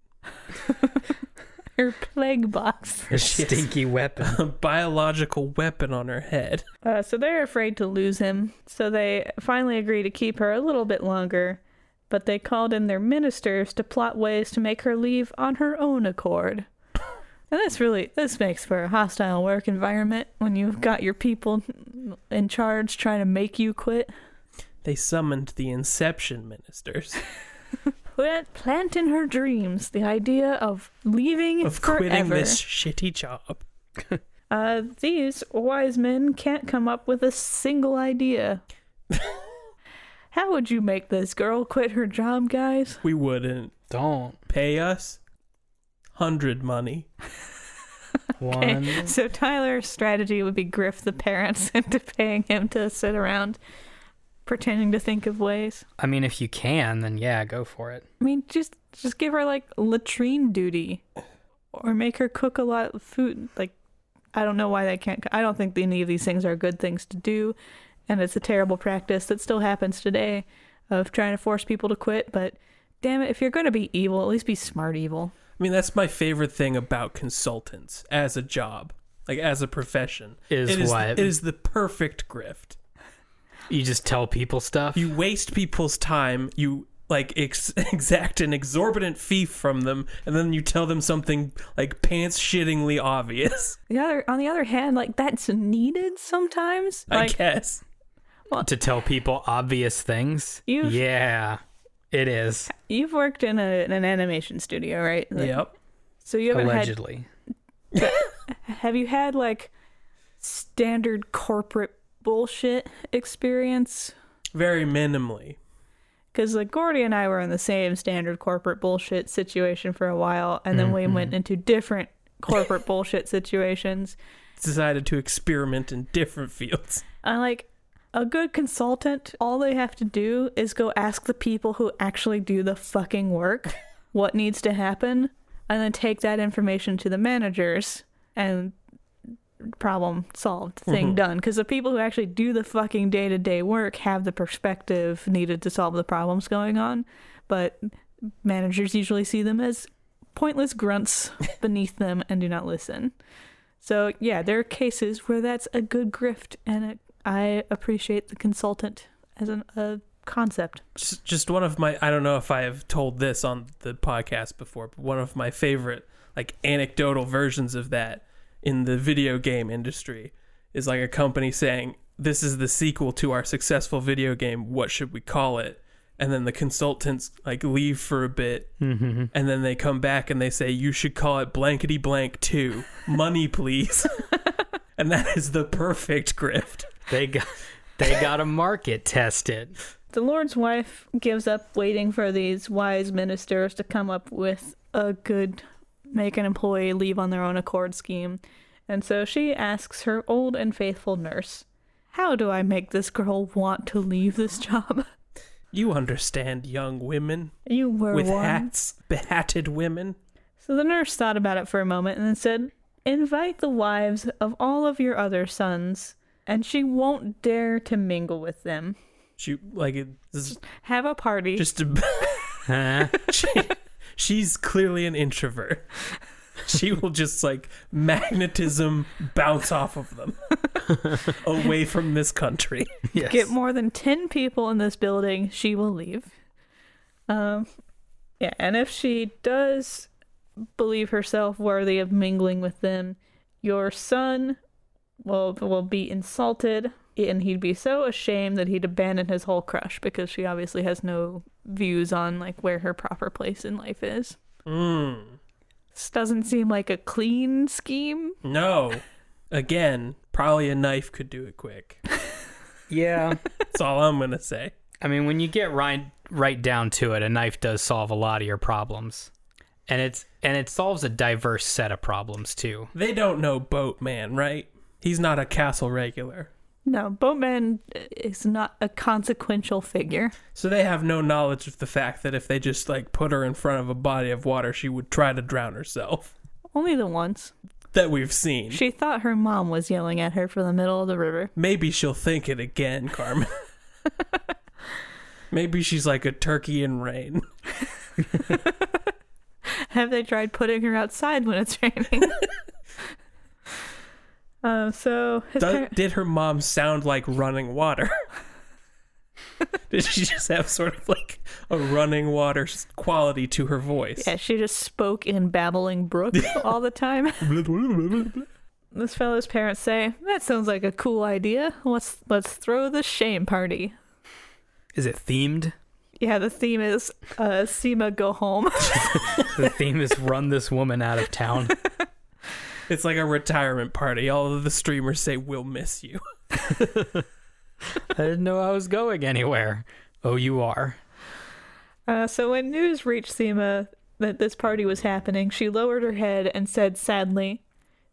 Speaker 1: Her plague box.
Speaker 3: His stinky (laughs) weapon.
Speaker 4: A biological weapon on her head.
Speaker 1: Uh, so they're afraid to lose him, so they finally agree to keep her a little bit longer, but they called in their ministers to plot ways to make her leave on her own accord. And this really this makes for a hostile work environment when you've got your people in charge trying to make you quit.
Speaker 4: They summoned the inception ministers
Speaker 1: Plant, plant in her dreams the idea of leaving
Speaker 4: of
Speaker 1: forever.
Speaker 4: quitting this shitty job.
Speaker 1: Uh, these wise men can't come up with a single idea. How would you make this girl quit her job, guys?
Speaker 4: We wouldn't
Speaker 3: Don't.
Speaker 4: pay us hundred money.
Speaker 3: One.
Speaker 1: So Tyler's strategy would be grift the parents (laughs) into paying him to sit around pretending to think of ways.
Speaker 3: I mean, if you can, then yeah, go for it.
Speaker 1: I mean, just just give her like latrine duty, or make her cook a lot of food. Like, I don't know why they can't. I don't think any of these things are good things to do, and it's a terrible practice that still happens today, of trying to force people to quit. But damn it, if you're going to be evil, at least be smart evil.
Speaker 4: I mean, that's my favorite thing about consultants as a job, like as a profession.
Speaker 3: Is
Speaker 4: it
Speaker 3: what?
Speaker 4: It is the perfect grift.
Speaker 3: You just tell people stuff.
Speaker 4: You waste people's time. You like ex- (laughs) exact an exorbitant fee from them, and then you tell them something like pants shittingly obvious. (laughs)
Speaker 1: The other, on the other hand, like that's needed sometimes. Like,
Speaker 4: I guess.
Speaker 3: to tell people obvious things.
Speaker 1: You've-
Speaker 3: Yeah, it is.
Speaker 1: You've worked in, a, in an animation studio, right? Like,
Speaker 4: Yep.
Speaker 1: So you haven't had
Speaker 3: Allegedly.
Speaker 1: Have you had like standard corporate bullshit experience?
Speaker 4: Very minimally.
Speaker 1: Because like Gordy and I were in the same standard corporate bullshit situation for a while, and then we went into different corporate bullshit situations.
Speaker 4: Decided to experiment in different fields.
Speaker 1: I like a good consultant, all they have to do is go ask the people who actually do the fucking work what needs to happen and then take that information to the managers and problem solved, thing done. Because the people who actually do the fucking day to day work have the perspective needed to solve the problems going on, but managers usually see them as pointless grunts beneath them and do not listen. So yeah, there are cases where that's a good grift, and it, I appreciate the consultant as an, a concept.
Speaker 4: just just one of my I don't know if I have told this on the podcast before, but one of my favorite like anecdotal versions of that in the video game industry is like a company saying, "This is the sequel to our successful video game. What should we call it?" And then the consultants like leave for a bit, and then they come back and they say, "You should call it blankety blank two. Money, please." and that is the perfect grift.
Speaker 3: They got
Speaker 1: (laughs)
Speaker 3: they got to market test it.
Speaker 1: The Lord's wife gives up waiting for these wise ministers to come up with a good make an employee leave on their own accord scheme, and so she asks her old and faithful nurse, "How do I make this girl want to leave this job?" (laughs)
Speaker 4: You understand, young women
Speaker 1: You were
Speaker 4: with
Speaker 1: one.
Speaker 4: hats, behatted women.
Speaker 1: So the nurse thought about it for a moment and then said, Invite the wives of all of your other sons, and she won't dare to mingle with them.
Speaker 4: She like it, this is
Speaker 1: Have a party.
Speaker 4: just a, (laughs)
Speaker 3: Huh?
Speaker 4: she, she's clearly an introvert. She will just like magnetism bounce off of them (laughs) away from this country.
Speaker 3: Yes.
Speaker 1: Get more than 10 people in this building, she will leave. Um, yeah, and if she does believe herself worthy of mingling with them, your son will, will be insulted, and he'd be so ashamed that he'd abandon his whole crush because she obviously has no views on like where her proper place in life is. This doesn't seem like a clean scheme.
Speaker 4: No, again, probably a knife could do it quick.
Speaker 3: Yeah.
Speaker 4: That's all I'm gonna say.
Speaker 3: I mean, when you get right right down to it, a knife does solve a lot of your problems. And it's and it solves a diverse set of problems too.
Speaker 4: They don't know Boatman, right? He's not a castle regular,
Speaker 1: No, Bowman is not a consequential figure.
Speaker 4: so they have no knowledge of the fact that if they just like put her in front of a body of water, she would try to drown herself.
Speaker 1: Only the once.
Speaker 4: That we've seen.
Speaker 1: She thought her mom was yelling at her from the middle of the river. (laughs)
Speaker 4: Maybe she'll think it again, Carmen. Maybe she's like a turkey in rain.
Speaker 1: Have they tried putting her outside when it's raining? uh, so his
Speaker 4: Does,
Speaker 1: par-
Speaker 4: did her mom sound like running
Speaker 1: (laughs)
Speaker 4: water? did she just have sort of like a running water s- quality to her voice?
Speaker 1: (laughs) yeah, she just spoke in babbling brook all the time. this fellow's parents say that sounds like a cool idea. Let's let's throw the shame party.
Speaker 3: Is it themed?
Speaker 1: Yeah, the theme is uh, Seema go home. (laughs)
Speaker 3: The theme is run this woman out of town.
Speaker 4: It's like a retirement party. All of the streamers say, We'll miss you.
Speaker 3: I didn't know I was going anywhere. Oh, you are.
Speaker 1: Uh, so when news reached Seema that this party was happening, she lowered her head and said sadly,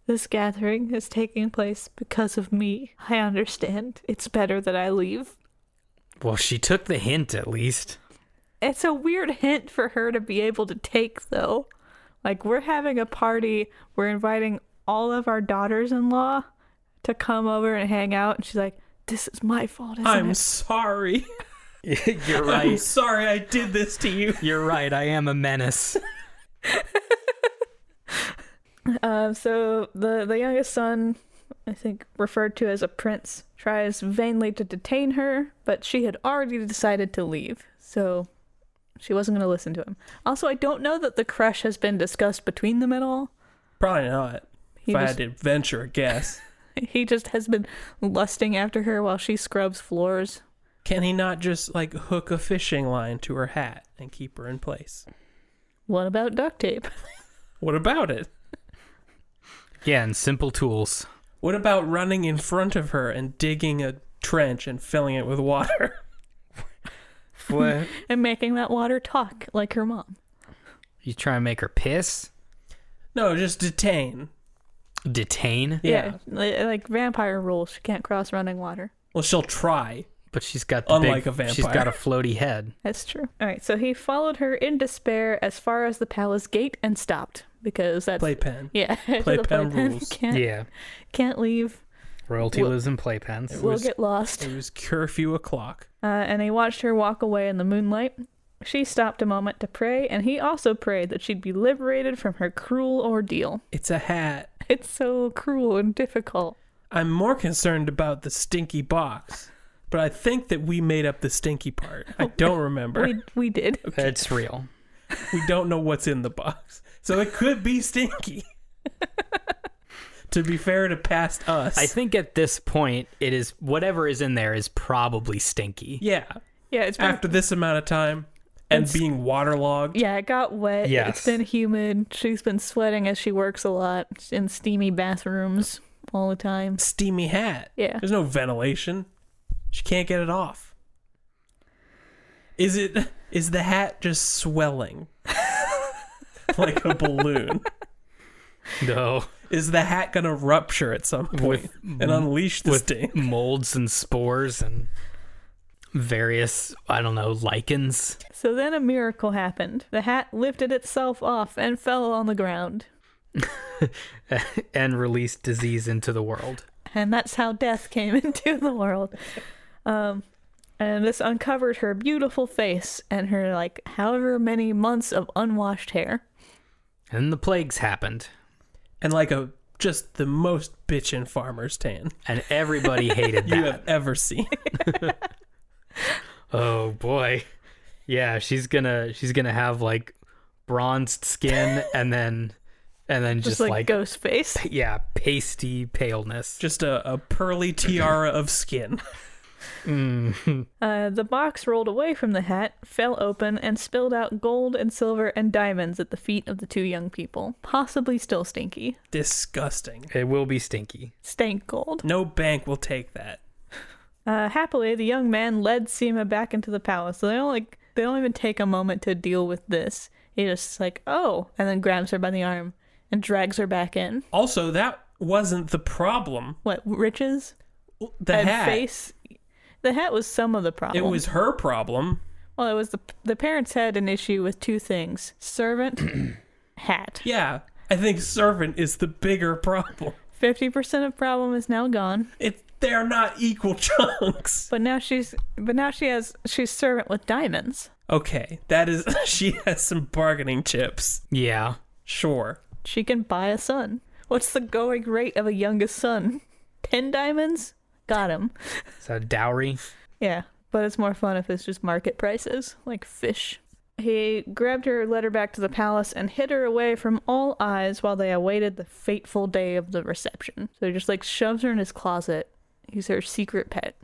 Speaker 1: This gathering is taking place because of me. I understand. It's better that I leave.
Speaker 3: Well, she took the hint at least.
Speaker 1: It's a weird hint for her to be able to take, though. Like, we're having a party, we're inviting all of our daughters in law to come over and hang out. And she's like, This is my fault. Isn't
Speaker 4: I'm
Speaker 1: it?"
Speaker 4: sorry.
Speaker 3: You're
Speaker 4: I'm
Speaker 3: right.
Speaker 4: sorry I did this to you.
Speaker 3: You're right. I am a menace.
Speaker 1: Um, so the the youngest son, I think referred to as a prince, tries vainly to detain her, but she had already decided to leave, so she wasn't going to listen to him. Also, I don't know that the crush has been discussed between them at all.
Speaker 4: Probably not.
Speaker 1: He
Speaker 4: if I
Speaker 1: just,
Speaker 4: had to venture a guess,
Speaker 1: he just (laughs) has been lusting after her while she scrubs floors.
Speaker 4: can he not just like hook a fishing line to her hat and keep her in place?
Speaker 1: What about duct tape? (laughs)
Speaker 4: What about it?
Speaker 3: Yeah, and simple tools.
Speaker 4: What about running in front of her and digging a trench and filling it with water? (laughs)
Speaker 3: What?
Speaker 1: and making that water talk like her mom.
Speaker 3: You try and make her piss?
Speaker 4: No, just detain.
Speaker 3: Detain,
Speaker 4: Yeah.
Speaker 1: li- like vampire rules. She can't cross running water.
Speaker 4: Well, she'll try.
Speaker 3: but she's got the
Speaker 4: Unlike
Speaker 3: big,
Speaker 4: a vampire.
Speaker 3: she's got a floaty head.
Speaker 1: That's true. All right, so he followed her in despair as far as the palace gate and stopped because that's
Speaker 4: Playpen.
Speaker 1: (laughs) yeah the
Speaker 4: Playpen rules.
Speaker 1: can't
Speaker 3: Yeah,
Speaker 1: can't leave.
Speaker 3: royalty
Speaker 1: Well-
Speaker 3: lives in playpens.
Speaker 1: we'll
Speaker 4: was-
Speaker 1: get lost.
Speaker 4: It was curfew o'clock.
Speaker 1: Uh, and he watched her walk away in the moonlight. She stopped a moment to pray, and he also prayed that she'd be liberated from her cruel ordeal. (laughs)
Speaker 4: It's a hat.
Speaker 1: It's so cruel and difficult.
Speaker 4: I'm more concerned about the stinky box, but I think that we made up the stinky part. I don't remember.
Speaker 1: (laughs)
Speaker 4: (laughs)
Speaker 1: We we did.
Speaker 3: It's real.
Speaker 4: we don't know what's in the box. So it could be stinky. to be fair to past us.
Speaker 3: I think at this point, it is whatever is in there is probably stinky.
Speaker 4: yeah.
Speaker 1: Yeah, it's been
Speaker 4: After this amount of time and being waterlogged,
Speaker 1: yeah, it got wet.
Speaker 3: Yes.
Speaker 1: It's been humid. She's been sweating as she works a lot in steamy bathrooms all the time.
Speaker 4: steamy hat.
Speaker 1: Yeah.
Speaker 4: There's no ventilation. She can't get it off. Is it is the hat just
Speaker 3: (laughs)
Speaker 4: swelling? like a balloon.
Speaker 3: No,
Speaker 4: Is the hat going to rupture at some point
Speaker 3: With-
Speaker 4: and unleash the
Speaker 3: with
Speaker 4: sting?
Speaker 3: molds and spores and various I don't know lichens.
Speaker 1: So then a miracle happened. The hat lifted itself off and fell on the ground.
Speaker 3: and release disease into the world.
Speaker 1: and that's how death came (laughs) into the world. Um, and this uncovered her beautiful face and her like however many months of unwashed hair.
Speaker 3: And the plagues happened,
Speaker 4: And like a just the most bitchin' farmer's tan
Speaker 3: and everybody (laughs) hated
Speaker 4: you
Speaker 3: that.
Speaker 4: have ever seen. (laughs)
Speaker 3: Oh boy, yeah, she's gonna she's gonna have like bronzed (laughs) skin, and then and then
Speaker 1: Just,
Speaker 3: just,
Speaker 1: like,
Speaker 3: like,
Speaker 1: ghost face.
Speaker 3: yeah, pasty paleness.
Speaker 4: just a, a pearly tiara of skin. (laughs)
Speaker 1: Uh, the box rolled away from the hat, fell open, and spilled out gold and silver and diamonds at the feet of the two young people, possibly still stinky.
Speaker 4: Disgusting.
Speaker 3: It will be stinky.
Speaker 1: Stank gold.
Speaker 4: No bank will take that.
Speaker 1: Uh, happily, the young man led Seema back into the palace. So they don't like they don't even take a moment to deal with this. He just like oh, and then grabs her by the arm and drags her back in.
Speaker 4: Also, that wasn't the problem.
Speaker 1: What riches
Speaker 4: The
Speaker 1: and
Speaker 4: hat.
Speaker 1: face? The hat was some of the
Speaker 4: It
Speaker 1: problem.
Speaker 4: was her problem.
Speaker 1: well, it was the the parents had an issue with two things: servant,
Speaker 4: (clears throat)
Speaker 1: hat.
Speaker 4: Yeah. I think servant is the bigger problem.
Speaker 1: Fifty percent of problem is now gone,
Speaker 4: It they're not equal (laughs) chunks.
Speaker 1: but now she's but now she has she's servant with diamonds.
Speaker 4: Okay, that is (laughs) she has some bargaining chips.
Speaker 3: Yeah,
Speaker 4: Sure.
Speaker 1: She can buy a son. What's the going rate of a youngest son? Ten diamonds? Got him.
Speaker 3: so dowry.
Speaker 1: Yeah, but it's more fun if it's just market prices, like fish. He grabbed her, led her back to the palace, and hid her away from all eyes while they awaited the fateful day of the reception. So he just like shoves her in his closet. He's her secret pet,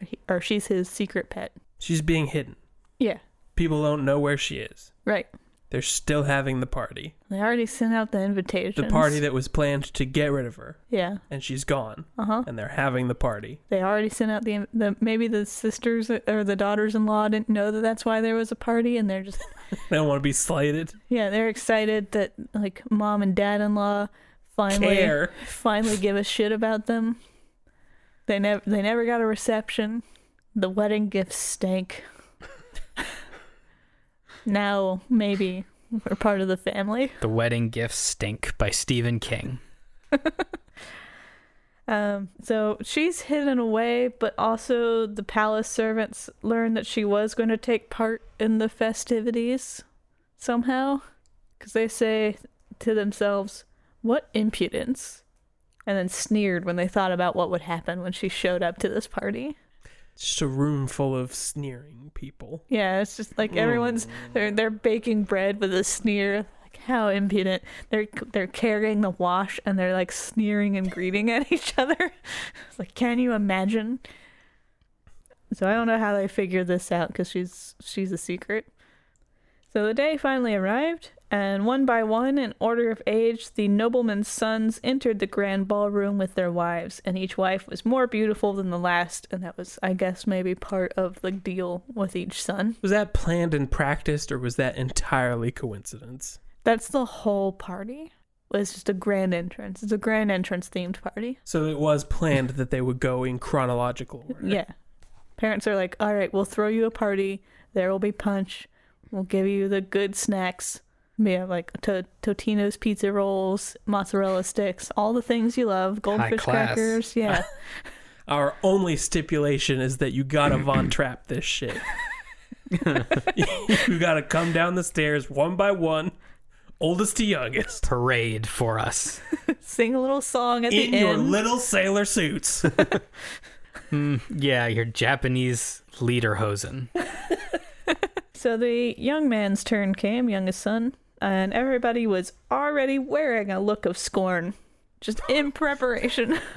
Speaker 1: he, or she's his secret pet.
Speaker 4: She's being hidden.
Speaker 1: Yeah,
Speaker 4: People don't know where she is.
Speaker 1: right.
Speaker 4: They're still having the party.
Speaker 1: They already sent out the invitations.
Speaker 4: The party that was planned to get rid of her.
Speaker 1: Yeah.
Speaker 4: And she's gone.
Speaker 1: Uh huh.
Speaker 4: And they're having the party.
Speaker 1: They already sent out the, the maybe the sisters or the daughters-in-law didn't know that that's why there was a party, and they're just (laughs)
Speaker 4: They don't want to be slighted.
Speaker 1: yeah, they're excited that like mom and dad-in-law finally
Speaker 4: Care.
Speaker 1: (laughs) finally give a shit about them. They never they never got a reception. The wedding gifts stank. (laughs) now maybe we're part of the family.
Speaker 3: The Wedding Gifts Stink by Stephen King.
Speaker 1: Um, so she's hidden away, but also the palace servants learned that she was going to take part in the festivities somehow. Because they say to themselves, What impudence! And then sneered when they thought about what would happen when she showed up to this party.
Speaker 4: It's just a room full of sneering people.
Speaker 1: Yeah, it's just like everyone's they're they're baking bread with a sneer. Like how impudent! They're they're carrying the wash and they're like sneering and greeting at each other. (laughs) It's like, can you imagine? So I don't know how they figure this out because she's she's a secret. So the day finally arrived, and one by one, in order of age, the nobleman's sons entered the grand ballroom with their wives, and each wife was more beautiful than the last, and that was, I guess, maybe part of the deal with each son.
Speaker 4: Was that planned and practiced, or was that entirely coincidence?
Speaker 1: That's the whole party. was just a grand entrance. It's a grand entrance themed party.
Speaker 4: So it was planned that they would go in chronological order.
Speaker 1: (laughs) Yeah. Parents are like, all right, we'll throw you a party. There will be punch. We'll give you the good snacks. Yeah, like to- Totino's pizza rolls, mozzarella sticks, all the things you love, goldfish
Speaker 3: class.
Speaker 4: (laughs)
Speaker 1: crackers. Yeah.
Speaker 4: Our only stipulation is that you gotta Von Trap this shit.
Speaker 1: (laughs)
Speaker 4: (laughs) you gotta come down the stairs one by one, oldest to youngest,
Speaker 3: Parade for (laughs) us.
Speaker 1: Sing a little song at
Speaker 4: in
Speaker 1: the
Speaker 4: your
Speaker 1: end.
Speaker 4: little sailor
Speaker 1: (laughs)
Speaker 4: suits.
Speaker 3: Yeah, your Japanese leader hosen. (laughs)
Speaker 1: so the young man's turn came, youngest son, and everybody was already wearing a look of scorn, just in preparation. (laughs)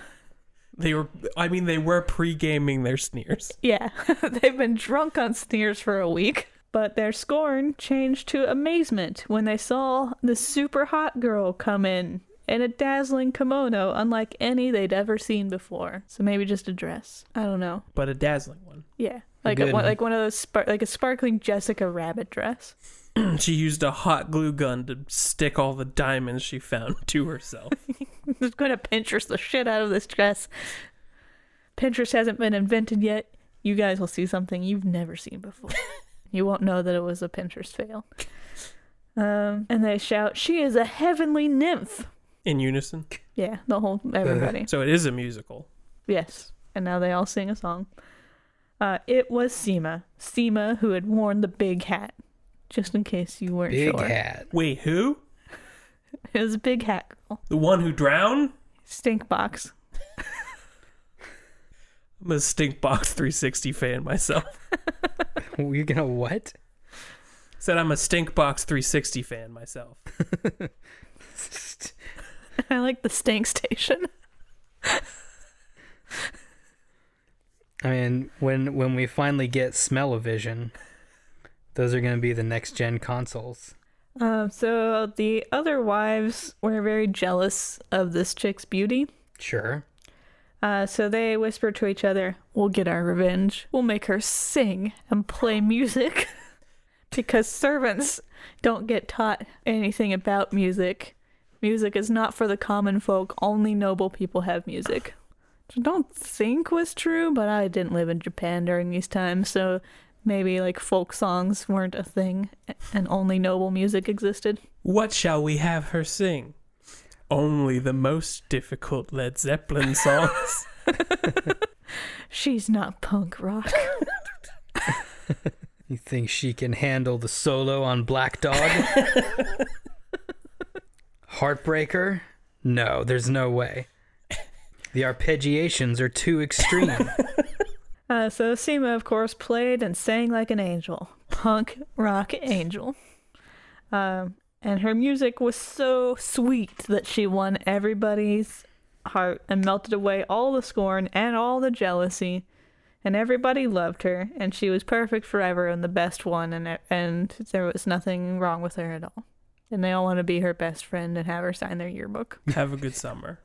Speaker 4: They were, I mean, they were pre gaming their sneers.
Speaker 1: Yeah, (laughs) they've been drunk on sneers for a week. But their scorn changed to amazement when they saw the super hot girl come in in a dazzling kimono unlike any they'd ever seen before. So maybe just a dress. I don't know.
Speaker 4: but a dazzling one. (clears throat)
Speaker 1: Yeah. Like
Speaker 3: Good
Speaker 1: a, one-
Speaker 3: one.
Speaker 1: like one of those spar- like a sparkling Jessica Rabbit dress.
Speaker 4: She used a hot glue gun to stick all the diamonds she found (laughs) to herself.
Speaker 1: I'm going to Pinterest the shit out of this dress. Pinterest hasn't been invented yet. You guys will see something you've never seen before. you won't know that it was a Pinterest fail. Um, and they shout, "She is a heavenly nymph!"
Speaker 4: In unison.
Speaker 1: Yeah, the whole everybody.
Speaker 4: So it is a musical.
Speaker 1: yes, and now they all sing a song. Uh, it was Seema, Seema who had worn the big hat, just in case you weren't sure.
Speaker 3: hat.
Speaker 4: Wait, who?
Speaker 1: It was a big hat girl,
Speaker 4: The one who drowned?
Speaker 1: stink box. (laughs)
Speaker 4: I'm a (laughs) Stinkbox 360 fan myself. (laughs)
Speaker 3: You're gonna what?
Speaker 4: Said I'm a Stinkbox 360 fan myself.
Speaker 1: I like the stink station.
Speaker 3: I mean, when when we finally get smell-o-vision, those are gonna be the next gen consoles.
Speaker 1: Um, so the other wives were very jealous of this chick's beauty.
Speaker 3: Sure.
Speaker 1: Uh, so they whispered to each other, We'll get our revenge. We'll make her sing and play music. (laughs) because servants don't get taught anything about music. Music is not for the common folk, only noble people have music. Which I don't think was true, but I didn't live in Japan during these times, so maybe like folk songs weren't a thing and only noble music existed.
Speaker 4: What shall we have her sing? Only the most difficult Led
Speaker 1: (laughs)
Speaker 4: Zeppelin songs.
Speaker 1: She's not punk rock.
Speaker 3: You think she can handle the solo on Black (laughs) Dog? Heartbreaker? No, there's no way. The arpeggiations are too
Speaker 4: (laughs)
Speaker 3: extreme.
Speaker 1: Uh, so Seema, of course, played and sang like an angel, punk rock angel. Um, and her music was so sweet that she won everybody's heart and melted away all the scorn and all the jealousy. And everybody loved her, and she was perfect forever and the best one, and and there was nothing wrong with her at all. And they all want to be her best friend and have her sign their yearbook.
Speaker 4: have a good summer.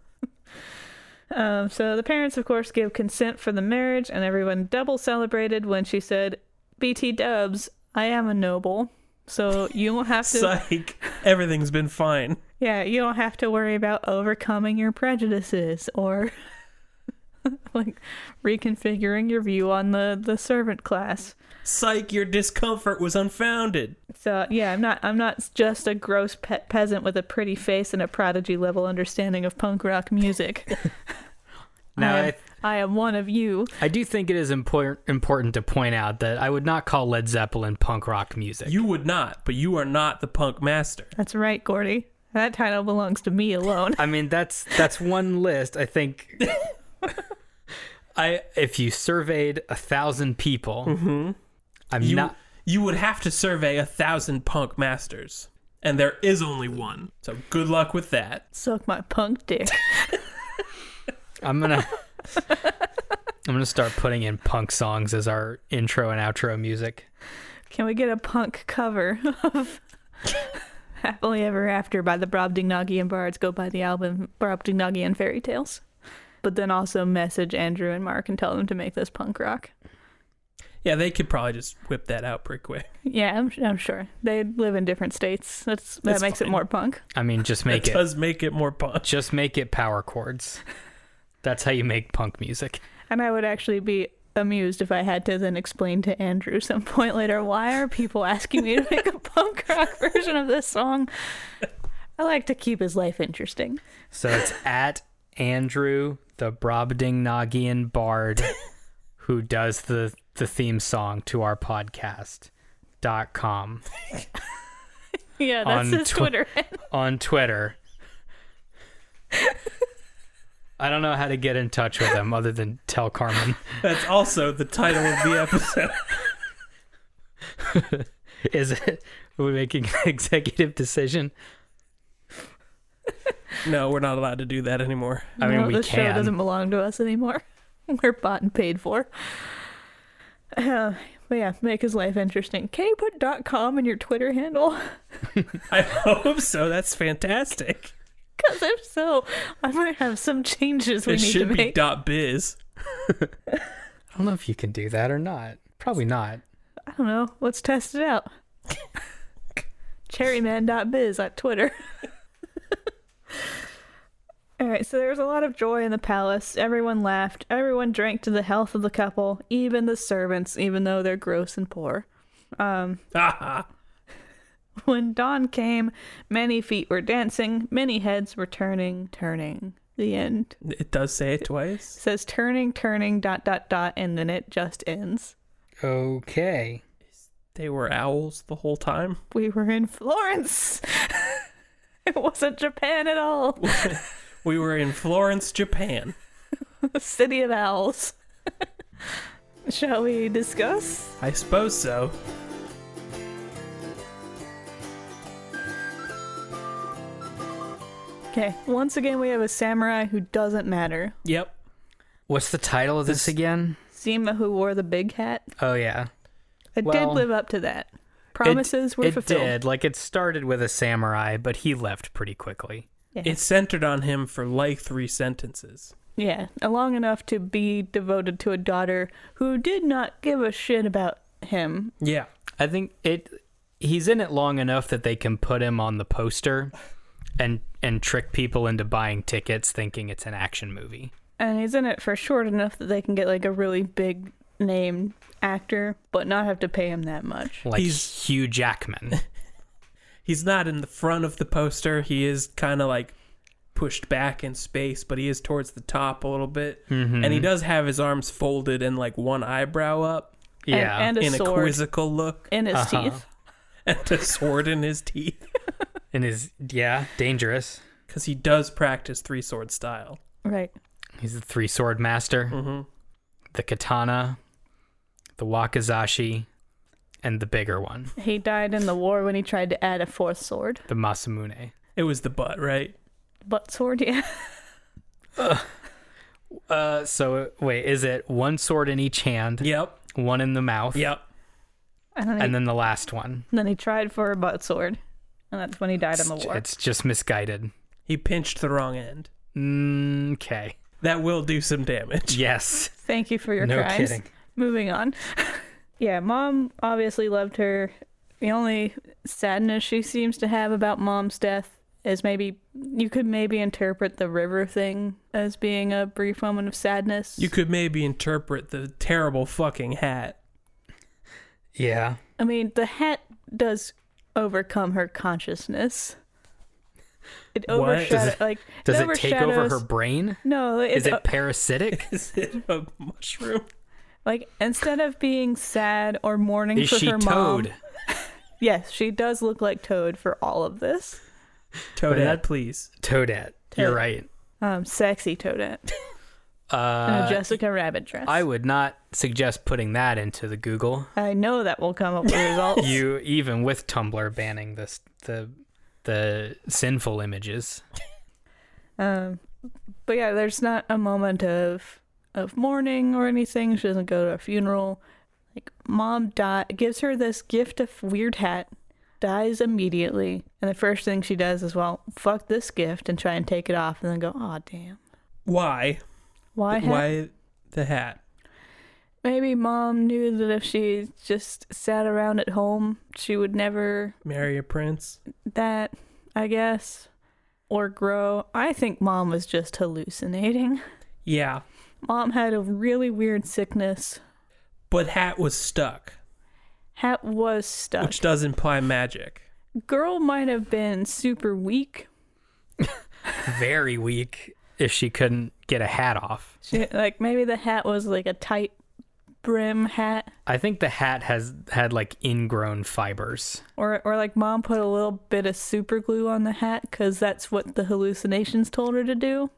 Speaker 1: Um, so the parents, of course, give consent for the marriage, and everyone double celebrated when she said, "BT Dubs, I am a noble, (laughs) so you don't have to,
Speaker 4: Psych. Everything's been fine.
Speaker 1: yeah, you don't have to worry about overcoming your prejudices or (laughs) like reconfiguring your view on the the servant class."
Speaker 4: Psych, your discomfort was unfounded.
Speaker 1: So yeah, I'm not I'm not just a gross pe- peasant with a pretty face and a prodigy level understanding of punk rock (laughs) music.
Speaker 3: now,
Speaker 1: I,
Speaker 3: I,
Speaker 1: am, I am one of you.
Speaker 3: I do think it is impor- important to point out that I would not call Led Zeppelin punk rock music.
Speaker 4: You would not, but you are not the punk master.
Speaker 1: That's right, Gordy. That title belongs to me alone.
Speaker 3: I mean, that's that's one list.
Speaker 4: (laughs)
Speaker 3: I think I if you surveyed a thousand people, I'm
Speaker 4: Mm-hmm. You,
Speaker 3: not.
Speaker 4: you would have to survey a thousand punk masters, and there is only one. So good luck with that.
Speaker 1: Suck my punk (laughs) dick.
Speaker 3: I'm gonna. (laughs) I'm gonna start putting in punk songs as our intro and outro music.
Speaker 1: Can we get a punk cover of Happily Ever After by the Brobdingnagian Bards? Go buy the album Brobdingnagian Fairy Tales. But then also message Andrew and Mark and tell them to make this punk rock.
Speaker 4: Yeah, they could probably just whip that out pretty
Speaker 1: (laughs)
Speaker 4: quick.
Speaker 1: Yeah, I'm, I'm sure they live in different states. That's that
Speaker 4: That's
Speaker 1: makes
Speaker 4: fine.
Speaker 1: it more punk.
Speaker 3: I mean, just make
Speaker 4: it
Speaker 3: it.
Speaker 4: does make it more
Speaker 1: (laughs)
Speaker 4: punch.
Speaker 3: Just make it power chords. That's how you make punk music.
Speaker 1: And I would actually be amused if I had to then explain to Andrew some point later why are people asking me to make (laughs) a punk rock version of this song. I like to keep his life interesting.
Speaker 3: So it's at Andrew the Brobdingnagian Bard, who does the the theme song to our podcast. dot com
Speaker 1: Yeah, that's
Speaker 3: On
Speaker 1: his
Speaker 3: tw-
Speaker 1: Twitter.
Speaker 3: on Twitter. I don't know how to get in touch with him other than tell Carmen.
Speaker 4: That's also the title of the
Speaker 1: (laughs)
Speaker 4: episode.
Speaker 3: Is it? (laughs) Are we making an (laughs) executive decision?
Speaker 4: No, we're not allowed to do that anymore.
Speaker 3: I mean,
Speaker 1: No,
Speaker 3: we
Speaker 1: this show
Speaker 3: can.
Speaker 1: doesn't belong to us anymore. (laughs) We're bought and paid for. (sighs) Uh, but yeah, make his life interesting. Can you put dot .com in your Twitter handle? (laughs)
Speaker 4: I hope so. That's fantastic.
Speaker 1: Because if so, I might have some changes we
Speaker 4: it
Speaker 1: need
Speaker 4: should
Speaker 1: to
Speaker 4: be
Speaker 1: make.
Speaker 4: dot biz.
Speaker 3: I don't know if you can do that or not. Probably not.
Speaker 1: I don't know. Let's test
Speaker 3: (laughs)
Speaker 1: it out. Cherryman.biz at Twitter. (laughs) All right, so there was a lot of joy in the palace. Everyone laughed. Everyone drank to the health of the couple, even the servants, even though they're gross and poor.
Speaker 4: Ah,
Speaker 1: When dawn came, many feet were dancing, many heads were turning, turning. The end.
Speaker 4: it does say it
Speaker 1: It
Speaker 4: twice.
Speaker 1: says turning, turning, dot, dot, dot, and then it just ends.
Speaker 3: Okay.
Speaker 4: They were owls the whole time.
Speaker 1: We were in Florence. (laughs) it wasn't Japan at all. (laughs)
Speaker 4: We were in Florence, Japan.
Speaker 1: The city of owls. (laughs) Shall we discuss?
Speaker 4: I suppose so.
Speaker 1: Okay, once again, we have a samurai who doesn't matter.
Speaker 4: Yep.
Speaker 3: What's the title of this, again?
Speaker 1: Zima who wore the big hat.
Speaker 3: Oh yeah.
Speaker 1: It
Speaker 3: Well,
Speaker 1: did live up to that. Promises
Speaker 3: it,
Speaker 1: were
Speaker 3: it
Speaker 1: fulfilled.
Speaker 3: did. Like it started with a samurai, but he left pretty quickly.
Speaker 4: It's centered on him for like three sentences.
Speaker 1: Yeah, long enough to be devoted to a daughter who did not give a shit about him.
Speaker 4: Yeah.
Speaker 3: I think it he's in it long enough that they can put him on the poster and and trick people into buying tickets thinking it's an action movie.
Speaker 1: And he's in it for short enough that they can get like a really big name actor, but not have to pay him that much.
Speaker 3: Like
Speaker 4: He's-
Speaker 3: Hugh
Speaker 1: (laughs)
Speaker 3: Jackman.
Speaker 4: He's not in the front of the poster. He is kind of like pushed back in space, but he is towards the top a little bit. And he does have his arms folded and like one eyebrow up
Speaker 1: And-
Speaker 3: yeah.
Speaker 1: And,
Speaker 4: in
Speaker 1: a
Speaker 4: a
Speaker 1: sword
Speaker 4: quizzical look
Speaker 1: in his
Speaker 3: Uh-huh.
Speaker 1: teeth.
Speaker 4: and a sword in his teeth. (laughs)
Speaker 3: and is yeah, dangerous.
Speaker 4: Because he does practice three sword style.
Speaker 1: Right.
Speaker 3: He's the three sword master.
Speaker 1: Mm-hmm.
Speaker 3: The katana, the wakizashi, and the bigger one,
Speaker 1: He died in the war when he tried to add a fourth sword.
Speaker 3: the masamune.
Speaker 4: It was the butt, right?
Speaker 1: Butt sword, (laughs) yeah.
Speaker 3: Uh, so wait, is it one sword in each hand,
Speaker 4: Yep.
Speaker 3: one in the mouth,
Speaker 4: Yep.
Speaker 1: And then, he,
Speaker 3: and then the last one?
Speaker 1: then he tried for a butt sword. And that's when he died in the
Speaker 3: It's-
Speaker 1: war.
Speaker 3: It's just misguided. Mm,
Speaker 4: He pinched the wrong end.
Speaker 3: Okay.
Speaker 4: That will do some damage.
Speaker 3: Yes.
Speaker 1: Thank you for your
Speaker 3: No
Speaker 1: crimes.
Speaker 3: kidding.
Speaker 1: Moving on. (laughs) yeah, mom obviously loved her. The only sadness she seems to have about mom's death is maybe you could maybe interpret the river thing as being a brief moment of sadness.
Speaker 4: You could maybe interpret the terrible fucking hat.
Speaker 3: Yeah.
Speaker 1: I mean, the hat does overcome her consciousness. It
Speaker 4: What? Does
Speaker 1: overshadows
Speaker 3: it-
Speaker 1: like
Speaker 3: Does it take
Speaker 1: overshadows, uh,
Speaker 3: over her brain?
Speaker 1: No,
Speaker 3: Is
Speaker 1: it's
Speaker 3: it parasitic?
Speaker 4: (laughs) Is it a mushroom?
Speaker 1: like instead of being sad or mourning
Speaker 3: Is
Speaker 1: (laughs) for
Speaker 3: she
Speaker 1: her mom.
Speaker 3: toad?
Speaker 1: Yes, she does look like Toad for all of this.
Speaker 4: Toadette,
Speaker 3: that-
Speaker 4: please.
Speaker 3: Toadette. You're right.
Speaker 1: Um, sexy Toadette (laughs) in
Speaker 3: Uh,
Speaker 1: a Jessica Rabbit dress.
Speaker 3: I
Speaker 1: I
Speaker 3: would not suggest putting that into the Google.
Speaker 1: know that will come up with results.
Speaker 3: You even with Tumblr banning this the the sinful images.
Speaker 1: Um, but yeah, there's not a moment of of mourning or anything. She doesn't go to a funeral. Like mom die gives her this gift of weird hat, dies immediately, and the first thing she does is well, fuck this gift and try and take it off, and then go, oh damn,
Speaker 4: Why?
Speaker 1: why? Hat?
Speaker 4: Why the hat?
Speaker 1: Maybe mom knew that if she just sat around at home, she would never
Speaker 4: Marry a prince.
Speaker 1: that, I guess, or grow. I think mom was just hallucinating. (laughs)
Speaker 4: Yeah,
Speaker 1: Mom had a really weird sickness.
Speaker 4: but hat was stuck,
Speaker 1: Hat was stuck.
Speaker 4: which does imply magic.
Speaker 1: Girl might have been super weak.
Speaker 3: Very weak if she couldn't get a hat off.
Speaker 1: She, like maybe the hat was like a tight brim hat,
Speaker 3: I think the hat has had like ingrown fibers.
Speaker 1: or or like mom put a little bit of super glue on the hat because that's what the hallucinations told her to do.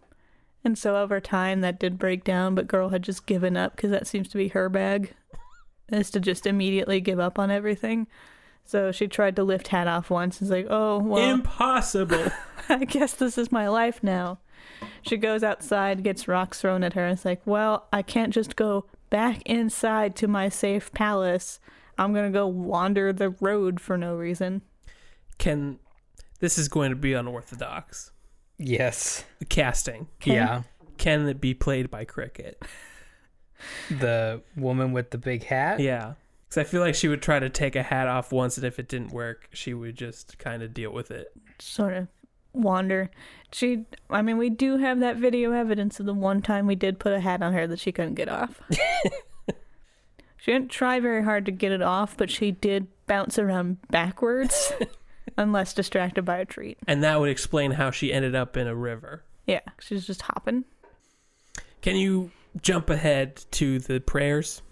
Speaker 1: And so over time that did break down, but girl had just given up because that seems to be her bag, is to just immediately give up on everything. So she tried to lift hat off once. It's like, oh well,
Speaker 4: Impossible.
Speaker 1: (laughs) I guess this is my life now. She goes outside, gets rocks thrown at her, and it's like, well, I can't just go back inside to my safe palace. I'm gonna go wander the road for no reason.
Speaker 4: Can this is going to be unorthodox
Speaker 3: Yes.
Speaker 4: casting?
Speaker 3: Yeah.
Speaker 4: Can it be played by cricket?
Speaker 3: The woman with the big hat.
Speaker 4: Yeah, because I feel like she would try to take a hat off once, and if it didn't work, she would just kind of deal with it.
Speaker 1: Sort of wander. She, I mean, we do have that video evidence of the one time we did put a hat on her that she couldn't
Speaker 4: (laughs)
Speaker 1: get off. she didn't try very hard to get it off, but she did bounce around
Speaker 4: (laughs)
Speaker 1: backwards, unless distracted by a treat.
Speaker 4: And that would explain how she ended up in a river.
Speaker 1: Yeah, she's just hopping.
Speaker 4: Can you jump ahead to the prayers?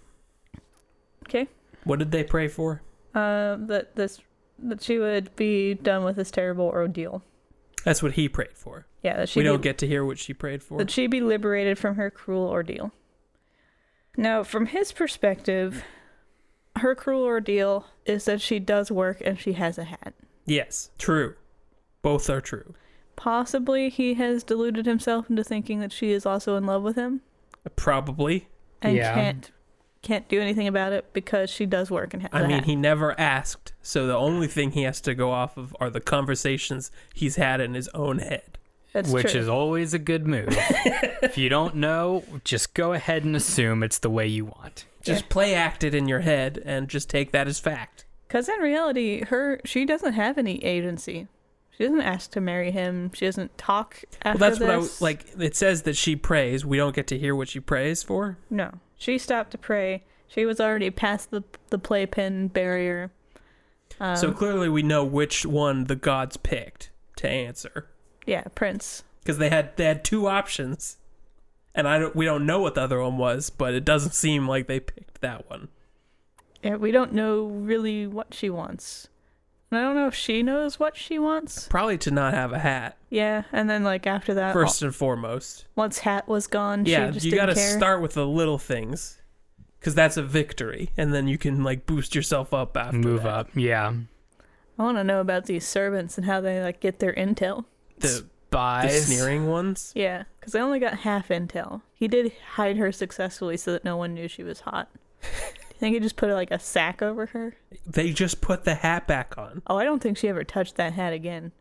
Speaker 1: Okay.
Speaker 4: What did they pray for?
Speaker 1: uh, that this that she would be done with this terrible ordeal.
Speaker 4: That's what he prayed for.
Speaker 1: Yeah, that she
Speaker 4: we
Speaker 1: be,
Speaker 4: don't get to hear what she prayed for.
Speaker 1: that she be liberated from her cruel ordeal. Now, from his perspective, her cruel ordeal is that she does work and she has a hat.
Speaker 4: yes, true. Both are true.
Speaker 1: Possibly he has deluded himself into thinking that she is also in love with him
Speaker 4: Probably.
Speaker 1: and
Speaker 3: Yeah.
Speaker 1: can't can't do anything about it because she does work and has
Speaker 4: I
Speaker 1: a
Speaker 4: mean,
Speaker 1: hat.
Speaker 4: he never asked, so the only thing he has to go off of are the conversations he's had in his own head.
Speaker 1: That's
Speaker 3: which
Speaker 1: true.
Speaker 3: is always a good move. if you don't know, just go ahead and assume it's the way you want.
Speaker 4: Just play act it in your head and just take that as fact.
Speaker 1: Because in reality, her she doesn't have any agency. She doesn't ask to marry him. She doesn't talk
Speaker 4: Well,
Speaker 1: after
Speaker 4: that's
Speaker 1: this.
Speaker 4: what I w- like. It says that she prays. We don't get to hear what she prays for.
Speaker 1: No, she stopped to pray. She was already past the the playpen barrier. Um.
Speaker 4: so clearly, we know which one the gods picked to answer.
Speaker 1: Yeah, Prince.
Speaker 4: because they had they had two options, and I don't we don't know what the other one was, but it doesn't seem like they picked that one.
Speaker 1: Yeah, we don't know really what she wants. And I don't know if she knows what she wants.
Speaker 4: Probably to not have a hat
Speaker 1: Yeah, and then like after that,
Speaker 4: first and foremost.
Speaker 1: once Hat was gone,
Speaker 4: Yeah,
Speaker 1: she just
Speaker 4: you
Speaker 1: didn't
Speaker 4: got to
Speaker 1: care.
Speaker 4: start with the little things, because that's a victory, and then you can like boost yourself up after.
Speaker 3: Move
Speaker 4: that.
Speaker 3: up. Yeah.
Speaker 1: I want to know about these servants and how they like get their intel.
Speaker 4: the, the
Speaker 3: Buys.
Speaker 4: sneering ones.
Speaker 1: Yeah, because I only got half intel. He did hide her successfully so that no one knew she was
Speaker 4: (laughs)
Speaker 1: hot. Do you think he just put like a sack over her?
Speaker 4: They just put the hat back on.
Speaker 1: Oh, I don't think she ever touched that hat again.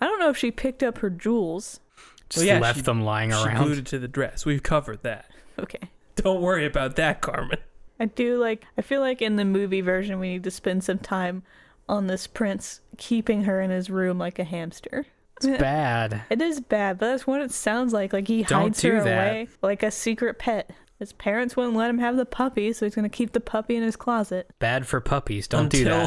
Speaker 1: I don't know if she picked up her jewels. (laughs)
Speaker 3: Just
Speaker 4: Well, yeah,
Speaker 3: left
Speaker 4: she-
Speaker 3: them lying
Speaker 4: She
Speaker 3: around.
Speaker 4: glued it to the dress. We've covered that.
Speaker 1: Okay.
Speaker 4: Don't worry about that, Carmen.
Speaker 1: I do like, I feel like in the movie version, we need to spend some time on this prince keeping her in his room like a hamster.
Speaker 3: It's bad.
Speaker 1: It is bad, but that's what it sounds like. Like he
Speaker 3: Don't
Speaker 1: hides
Speaker 3: do
Speaker 1: her
Speaker 3: that.
Speaker 1: away like a secret pet. His parents wouldn't let him have the puppy, so he's going to keep the puppy in
Speaker 3: (laughs)
Speaker 1: his closet.
Speaker 3: Bad for puppies. Don't do
Speaker 4: until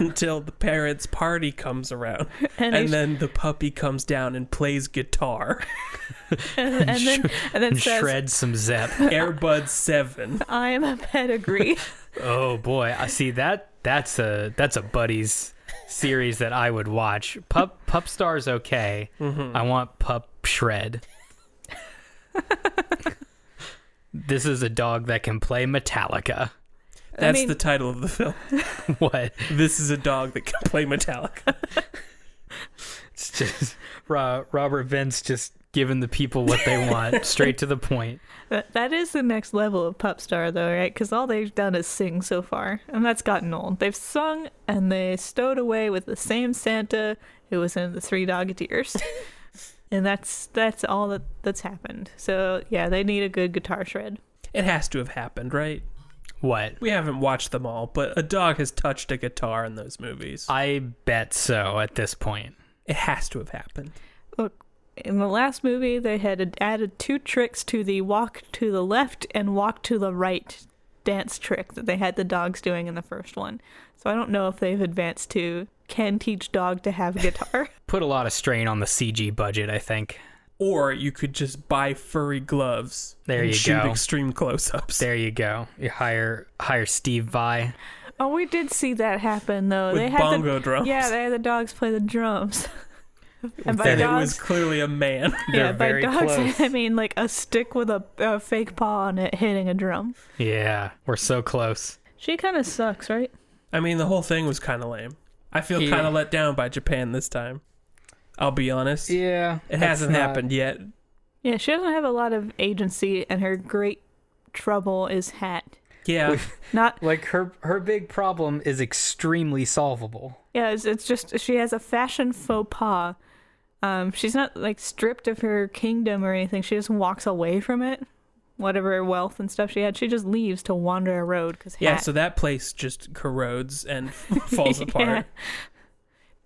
Speaker 4: (laughs) until the parents' party comes around,
Speaker 1: (laughs) And
Speaker 4: and,
Speaker 1: he's-
Speaker 4: then the puppy comes down and plays
Speaker 1: (laughs)
Speaker 4: guitar.
Speaker 1: And, and then, and then
Speaker 3: And
Speaker 1: says,
Speaker 3: shred some zep.
Speaker 4: Airbud Seven.
Speaker 1: I am
Speaker 3: (laughs)
Speaker 1: a pedigree.
Speaker 3: oh boy. I see that that's a that's a buddies series that I would watch. Pup Pup Star's okay. I want Pup Shred. this is a dog that can play Metallica. (laughs)
Speaker 4: That's
Speaker 1: mean-
Speaker 4: the title of the film.
Speaker 3: What?
Speaker 4: This is a dog that can play Metallica.
Speaker 3: It's just Ro- Robert Vince just giving the people what they (laughs) want, straight to the point.
Speaker 1: That, that is the next level of pop star, though, right? Because all they've done is sing so far, and that's gotten old. They've sung and they stowed away with the same Santa who was in the Three Doggeteers, and that's that's all that that's happened. So yeah, they need a good guitar shred.
Speaker 4: it has to have happened, right?
Speaker 3: What?
Speaker 4: We haven't watched them all, but a dog has touched a guitar in those movies.
Speaker 3: I bet so at this point.
Speaker 4: It has to have happened.
Speaker 1: Look, in the last movie, they had added two tricks to the walk to the left and walk to the right dance trick that they had the dogs doing in the first one. So I don't know if they've advanced to can teach dog to have a guitar. (laughs)
Speaker 3: Put a lot of strain on the CG budget, I think.
Speaker 4: Or you could just buy furry gloves
Speaker 3: There
Speaker 4: and
Speaker 3: you
Speaker 4: shoot
Speaker 3: go.
Speaker 4: extreme close ups.
Speaker 3: There you go. You hire hire Steve Vai.
Speaker 1: oh, we did see that happen though.
Speaker 4: With
Speaker 1: they had
Speaker 4: bongo
Speaker 1: the,
Speaker 4: drums.
Speaker 1: Yeah, they had the dogs play the
Speaker 4: (laughs)
Speaker 1: drums. and by
Speaker 4: And it
Speaker 1: dogs,
Speaker 4: was clearly a
Speaker 3: (laughs)
Speaker 4: man.
Speaker 1: (laughs) yeah,
Speaker 3: They're
Speaker 1: by
Speaker 3: very
Speaker 1: dogs
Speaker 3: close.
Speaker 1: I mean like a stick with a, a fake paw on it hitting a drum.
Speaker 3: Yeah, we're so close.
Speaker 1: She kind of sucks, right?
Speaker 4: I mean, the whole thing was kind of lame. I feel
Speaker 3: Yeah.
Speaker 4: kind of let down by Japan this time. I'll be honest.
Speaker 3: Yeah,
Speaker 4: it hasn't happened yet.
Speaker 1: Yeah, she doesn't have a lot of agency, and her great trouble is hat.
Speaker 4: Yeah.
Speaker 1: Not
Speaker 3: Like her her big problem is extremely solvable.
Speaker 1: yeah, it's, it's just she has a fashion faux pas. Um, she's not like stripped of her kingdom or anything. She just walks away from it, whatever wealth and stuff she had. She just leaves to wander a road because
Speaker 4: yeah,
Speaker 1: hat.
Speaker 4: so that place just corrodes
Speaker 3: (laughs)
Speaker 4: and falls apart.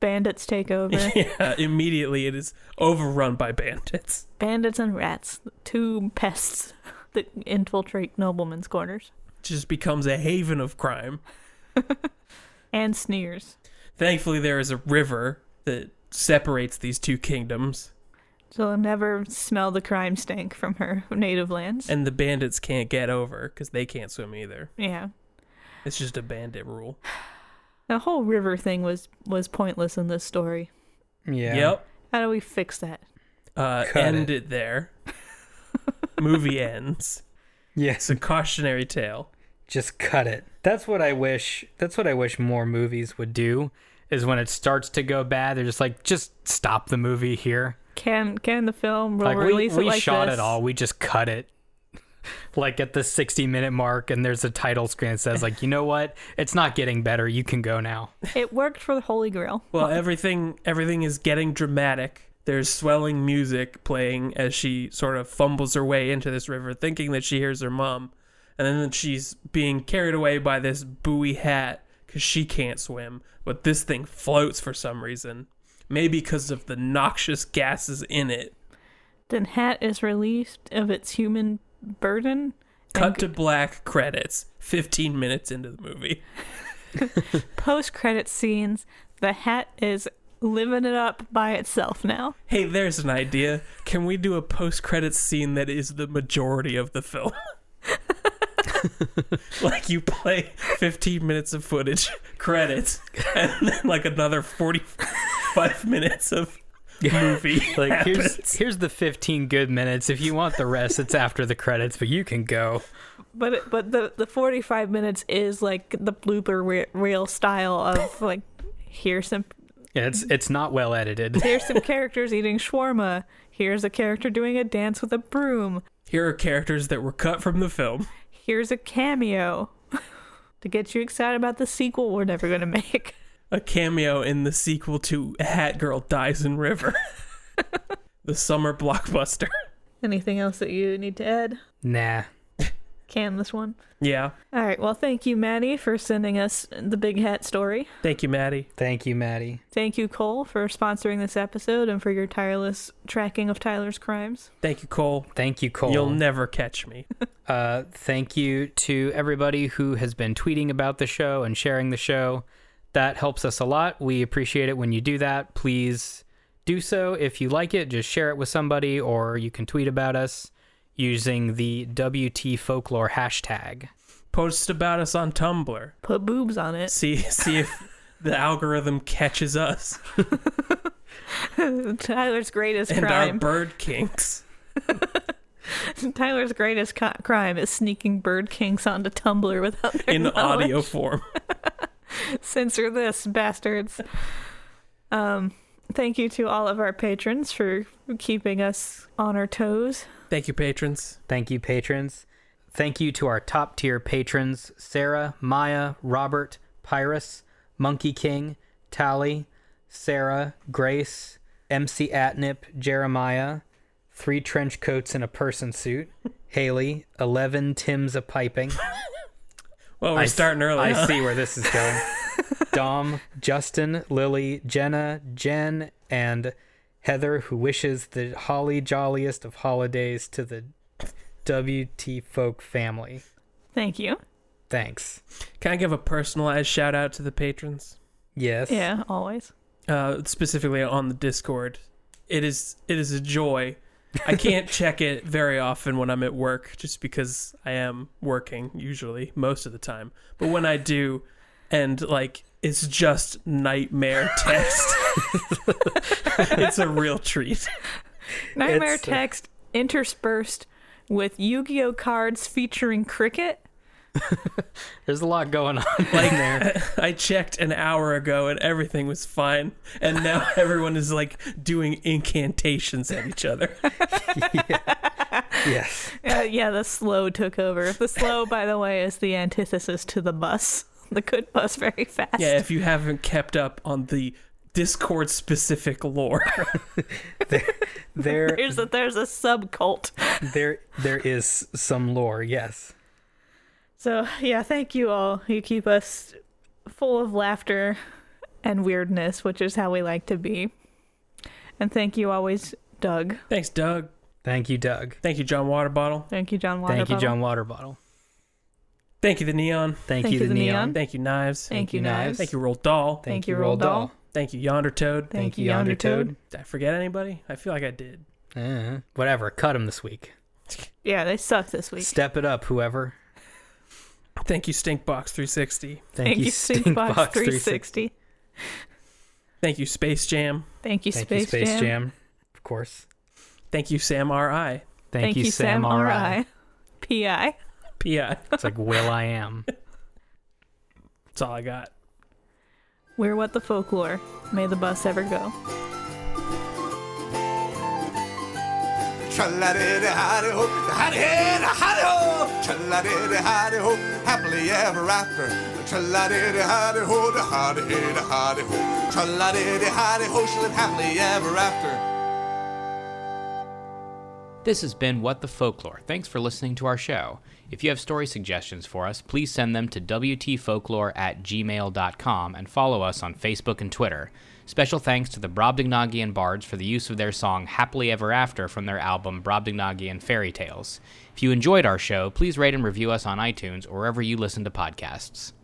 Speaker 1: bandits
Speaker 3: (laughs)
Speaker 1: take over.
Speaker 4: Yeah, immediately it is overrun by bandits.
Speaker 1: bandits and rats, two pests (laughs) that infiltrate noblemen's quarters
Speaker 4: Just becomes a haven of crime.
Speaker 1: and sneers.
Speaker 4: Thankfully, there is a river that separates these two kingdoms,
Speaker 1: So they'll never smell the crime stink from her (laughs) native lands.
Speaker 4: and the bandits can't get over because they can't swim either.
Speaker 1: yeah.
Speaker 4: It's just a bandit rule.
Speaker 1: The whole river thing was was pointless in this story.
Speaker 3: Yeah.
Speaker 4: Yep.
Speaker 1: How do we fix that?
Speaker 4: Uh,
Speaker 3: Cut
Speaker 4: end it, there. Movie ends. It's
Speaker 3: Yes.
Speaker 4: a cautionary tale.
Speaker 3: Just cut it. That's what I wish. That's what I wish more movies would do. Is when it starts to go bad, they're just like, just stop the movie here.
Speaker 1: Can can the film will
Speaker 3: like we,
Speaker 1: release
Speaker 3: we
Speaker 1: it like
Speaker 3: shot
Speaker 1: this?
Speaker 3: it all. We just cut it. Like at the 60 minute mark, and there's a title screen that says, like, you know what? It's not getting better. You can go now.
Speaker 1: It worked for the Holy Grail.
Speaker 4: Well, everything everything is getting dramatic. There's swelling music playing as she sort of fumbles her way into this river, thinking that she hears her mom, and then she's being carried away by this buoy hat because she can't swim. But this thing floats for some reason, maybe because of the noxious gases in it.
Speaker 1: Then Hat is released of its human burden.
Speaker 4: Cut to black credits. Fifteen minutes into the movie,
Speaker 1: Post credit scenes, the Hat is living it up by itself now.
Speaker 4: hey, there's an idea. Can we do a post-credits scene that is the majority of the
Speaker 3: (laughs)
Speaker 4: film? (laughs) like you play 15 minutes of footage (laughs) credits and then like another 45 (laughs) minutes of movie
Speaker 3: (laughs) Like, here's,
Speaker 4: happens.
Speaker 3: here's the 15 good minutes. If you want the rest, it's after the credits, but you can go.
Speaker 1: But it, but the the 45 minutes is like the blooper re- reel style of like here's some
Speaker 3: Yeah, it's, it's not well edited.
Speaker 1: here's some characters eating shawarma. Here's a character doing a dance with a broom.
Speaker 4: here are characters that were cut from the film
Speaker 1: here's a cameo (laughs) to get you excited about the sequel we're never going to make. (laughs)
Speaker 4: a cameo in the sequel to hat girl dies in
Speaker 3: (laughs)
Speaker 4: river the summer blockbuster (laughs)
Speaker 1: Anything else that you need to add?
Speaker 3: Nah.
Speaker 1: Can this one?
Speaker 4: yeah
Speaker 1: All right. Well, thank you, Maddie, for sending us the Big Hat story.
Speaker 4: thank you maddie
Speaker 3: Thank you, Maddie.
Speaker 1: Thank you, Cole, for sponsoring this episode and for your tireless tracking of Tyler's crimes.
Speaker 4: thank you cole
Speaker 3: Thank you, Cole.
Speaker 4: you'll never catch me
Speaker 3: Uh, thank you to everybody who has been tweeting about the show and sharing the show. That helps us a lot. We appreciate it when you do that. Please do so. If you like it, just share it with somebody, or you can tweet about us using the WT Folklore hashtag.
Speaker 4: post about us on tumblr
Speaker 1: Put boobs on it.
Speaker 4: see (laughs) see if the algorithm catches us
Speaker 1: (laughs) Tyler's greatest
Speaker 4: and our
Speaker 1: crime.
Speaker 4: bird kinks.
Speaker 1: (laughs) Tyler's greatest co- crime is sneaking bird kinks onto Tumblr without (laughs) their
Speaker 4: in
Speaker 1: knowledge.
Speaker 4: audio form.
Speaker 1: censor this bastards um thank you to all of our patrons for keeping us on our toes
Speaker 4: Thank you, patrons.
Speaker 3: Thank you, patrons. Thank you to our top tier patrons Sarah, Maya, Robert, Pyrus, Monkey King, Tally, Sarah, Grace, MC Atnip, Jeremiah, three trench coats and a person suit. Haley, 11 Tim's of piping.
Speaker 4: Well, we're
Speaker 3: I s-
Speaker 4: starting early.
Speaker 3: I
Speaker 4: huh?
Speaker 3: see where this is (laughs) going. Dom, Justin, Lily, Jenna, Jen, and Heather, who wishes the holly jolliest of holidays to the WT Folk family.
Speaker 1: Thank you.
Speaker 3: Thanks.
Speaker 4: Can I give a personalized shout out to the patrons?
Speaker 3: Yes.
Speaker 1: Yeah, always.
Speaker 4: uh, specifically on the Discord. It is it is a joy. I can't check it very often when I'm at work, just because I am working usually most of the time. But when I do, and like it's just nightmare text. (laughs) it's a real treat.
Speaker 1: Nightmare
Speaker 3: It's, uh,
Speaker 1: text interspersed with Yu-Gi-Oh cards featuring cricket.
Speaker 3: There's a lot going on like, in there.
Speaker 4: I checked an hour ago and everything was fine, and now (laughs) everyone is like doing incantations at each other.
Speaker 3: (laughs) yes.
Speaker 1: Uh, yeah, the slow took over. The slow, by the way, is the antithesis to the bus. (laughs) The good bus very fast.
Speaker 4: Yeah, if you haven't kept up on the Discord specific lore.
Speaker 3: (laughs) There
Speaker 1: There's a there's a sub cult.
Speaker 3: there there is some lore, yes.
Speaker 1: So (laughs) yeah, thank you all. You keep us full of laughter and weirdness, which is how we like to be. And thank you always, Doug.
Speaker 4: Thanks, Doug.
Speaker 3: Thank you, Doug.
Speaker 4: Thank you, John Waterbottle.
Speaker 1: Thank you, John.
Speaker 3: Thank you,
Speaker 1: Waterbottle.
Speaker 3: John Waterbottle.
Speaker 4: Thank you, the Neon.
Speaker 3: Thank, you, the, neon.
Speaker 4: Thank you, Knives.
Speaker 1: Thank, you, knives.
Speaker 4: Thank you, Roll Doll.
Speaker 1: Thank you, Roald Dahl.
Speaker 4: Thank you, Yonder Toad.
Speaker 1: Thank you, Yonder Toad.
Speaker 4: Did I forget anybody? I feel like I did.
Speaker 3: Uh, whatever, cut him this week.
Speaker 1: Yeah, they suck this week.
Speaker 3: Step it up, whoever.
Speaker 4: Thank you, Stinkbox360.
Speaker 3: Thank, you, Stinkbox 360.
Speaker 4: Thank you, Space Jam.
Speaker 1: Thank you,
Speaker 3: Thank
Speaker 1: Space,
Speaker 3: you, Space Jam.
Speaker 1: Jam.
Speaker 3: Of course.
Speaker 4: Thank you, Sam R.I.
Speaker 3: Thank, you, Sam, R.I.
Speaker 1: P.I.
Speaker 4: P.I.
Speaker 3: It's like Will I (laughs) Am.
Speaker 4: (laughs) That's all I got.
Speaker 1: We're what the folklore. May the bus ever go.
Speaker 5: Tra-la-di-di-hi-di-ho, hi-di-hi-di-hi-di-ho. Tra-la-di-di-hi-di-ho, happily ever after. Tra-la-di-di-hi-di-ho, da-hi-di-hi-di-hi-di-ho. Tra-la-di-di-hi-di-ho, she lived happily ever after.
Speaker 6: This has been What the Folklore. Thanks for listening to our show. If you have story suggestions for us, please send them to WTFolklore at gmail.com and follow us on Facebook and Twitter. Special thanks to the Brobdingnagian Bards for the use of their song Happily Ever After from their album Brobdingnagian Fairy Tales. If you enjoyed our show, please rate and review us on iTunes or wherever you listen to podcasts.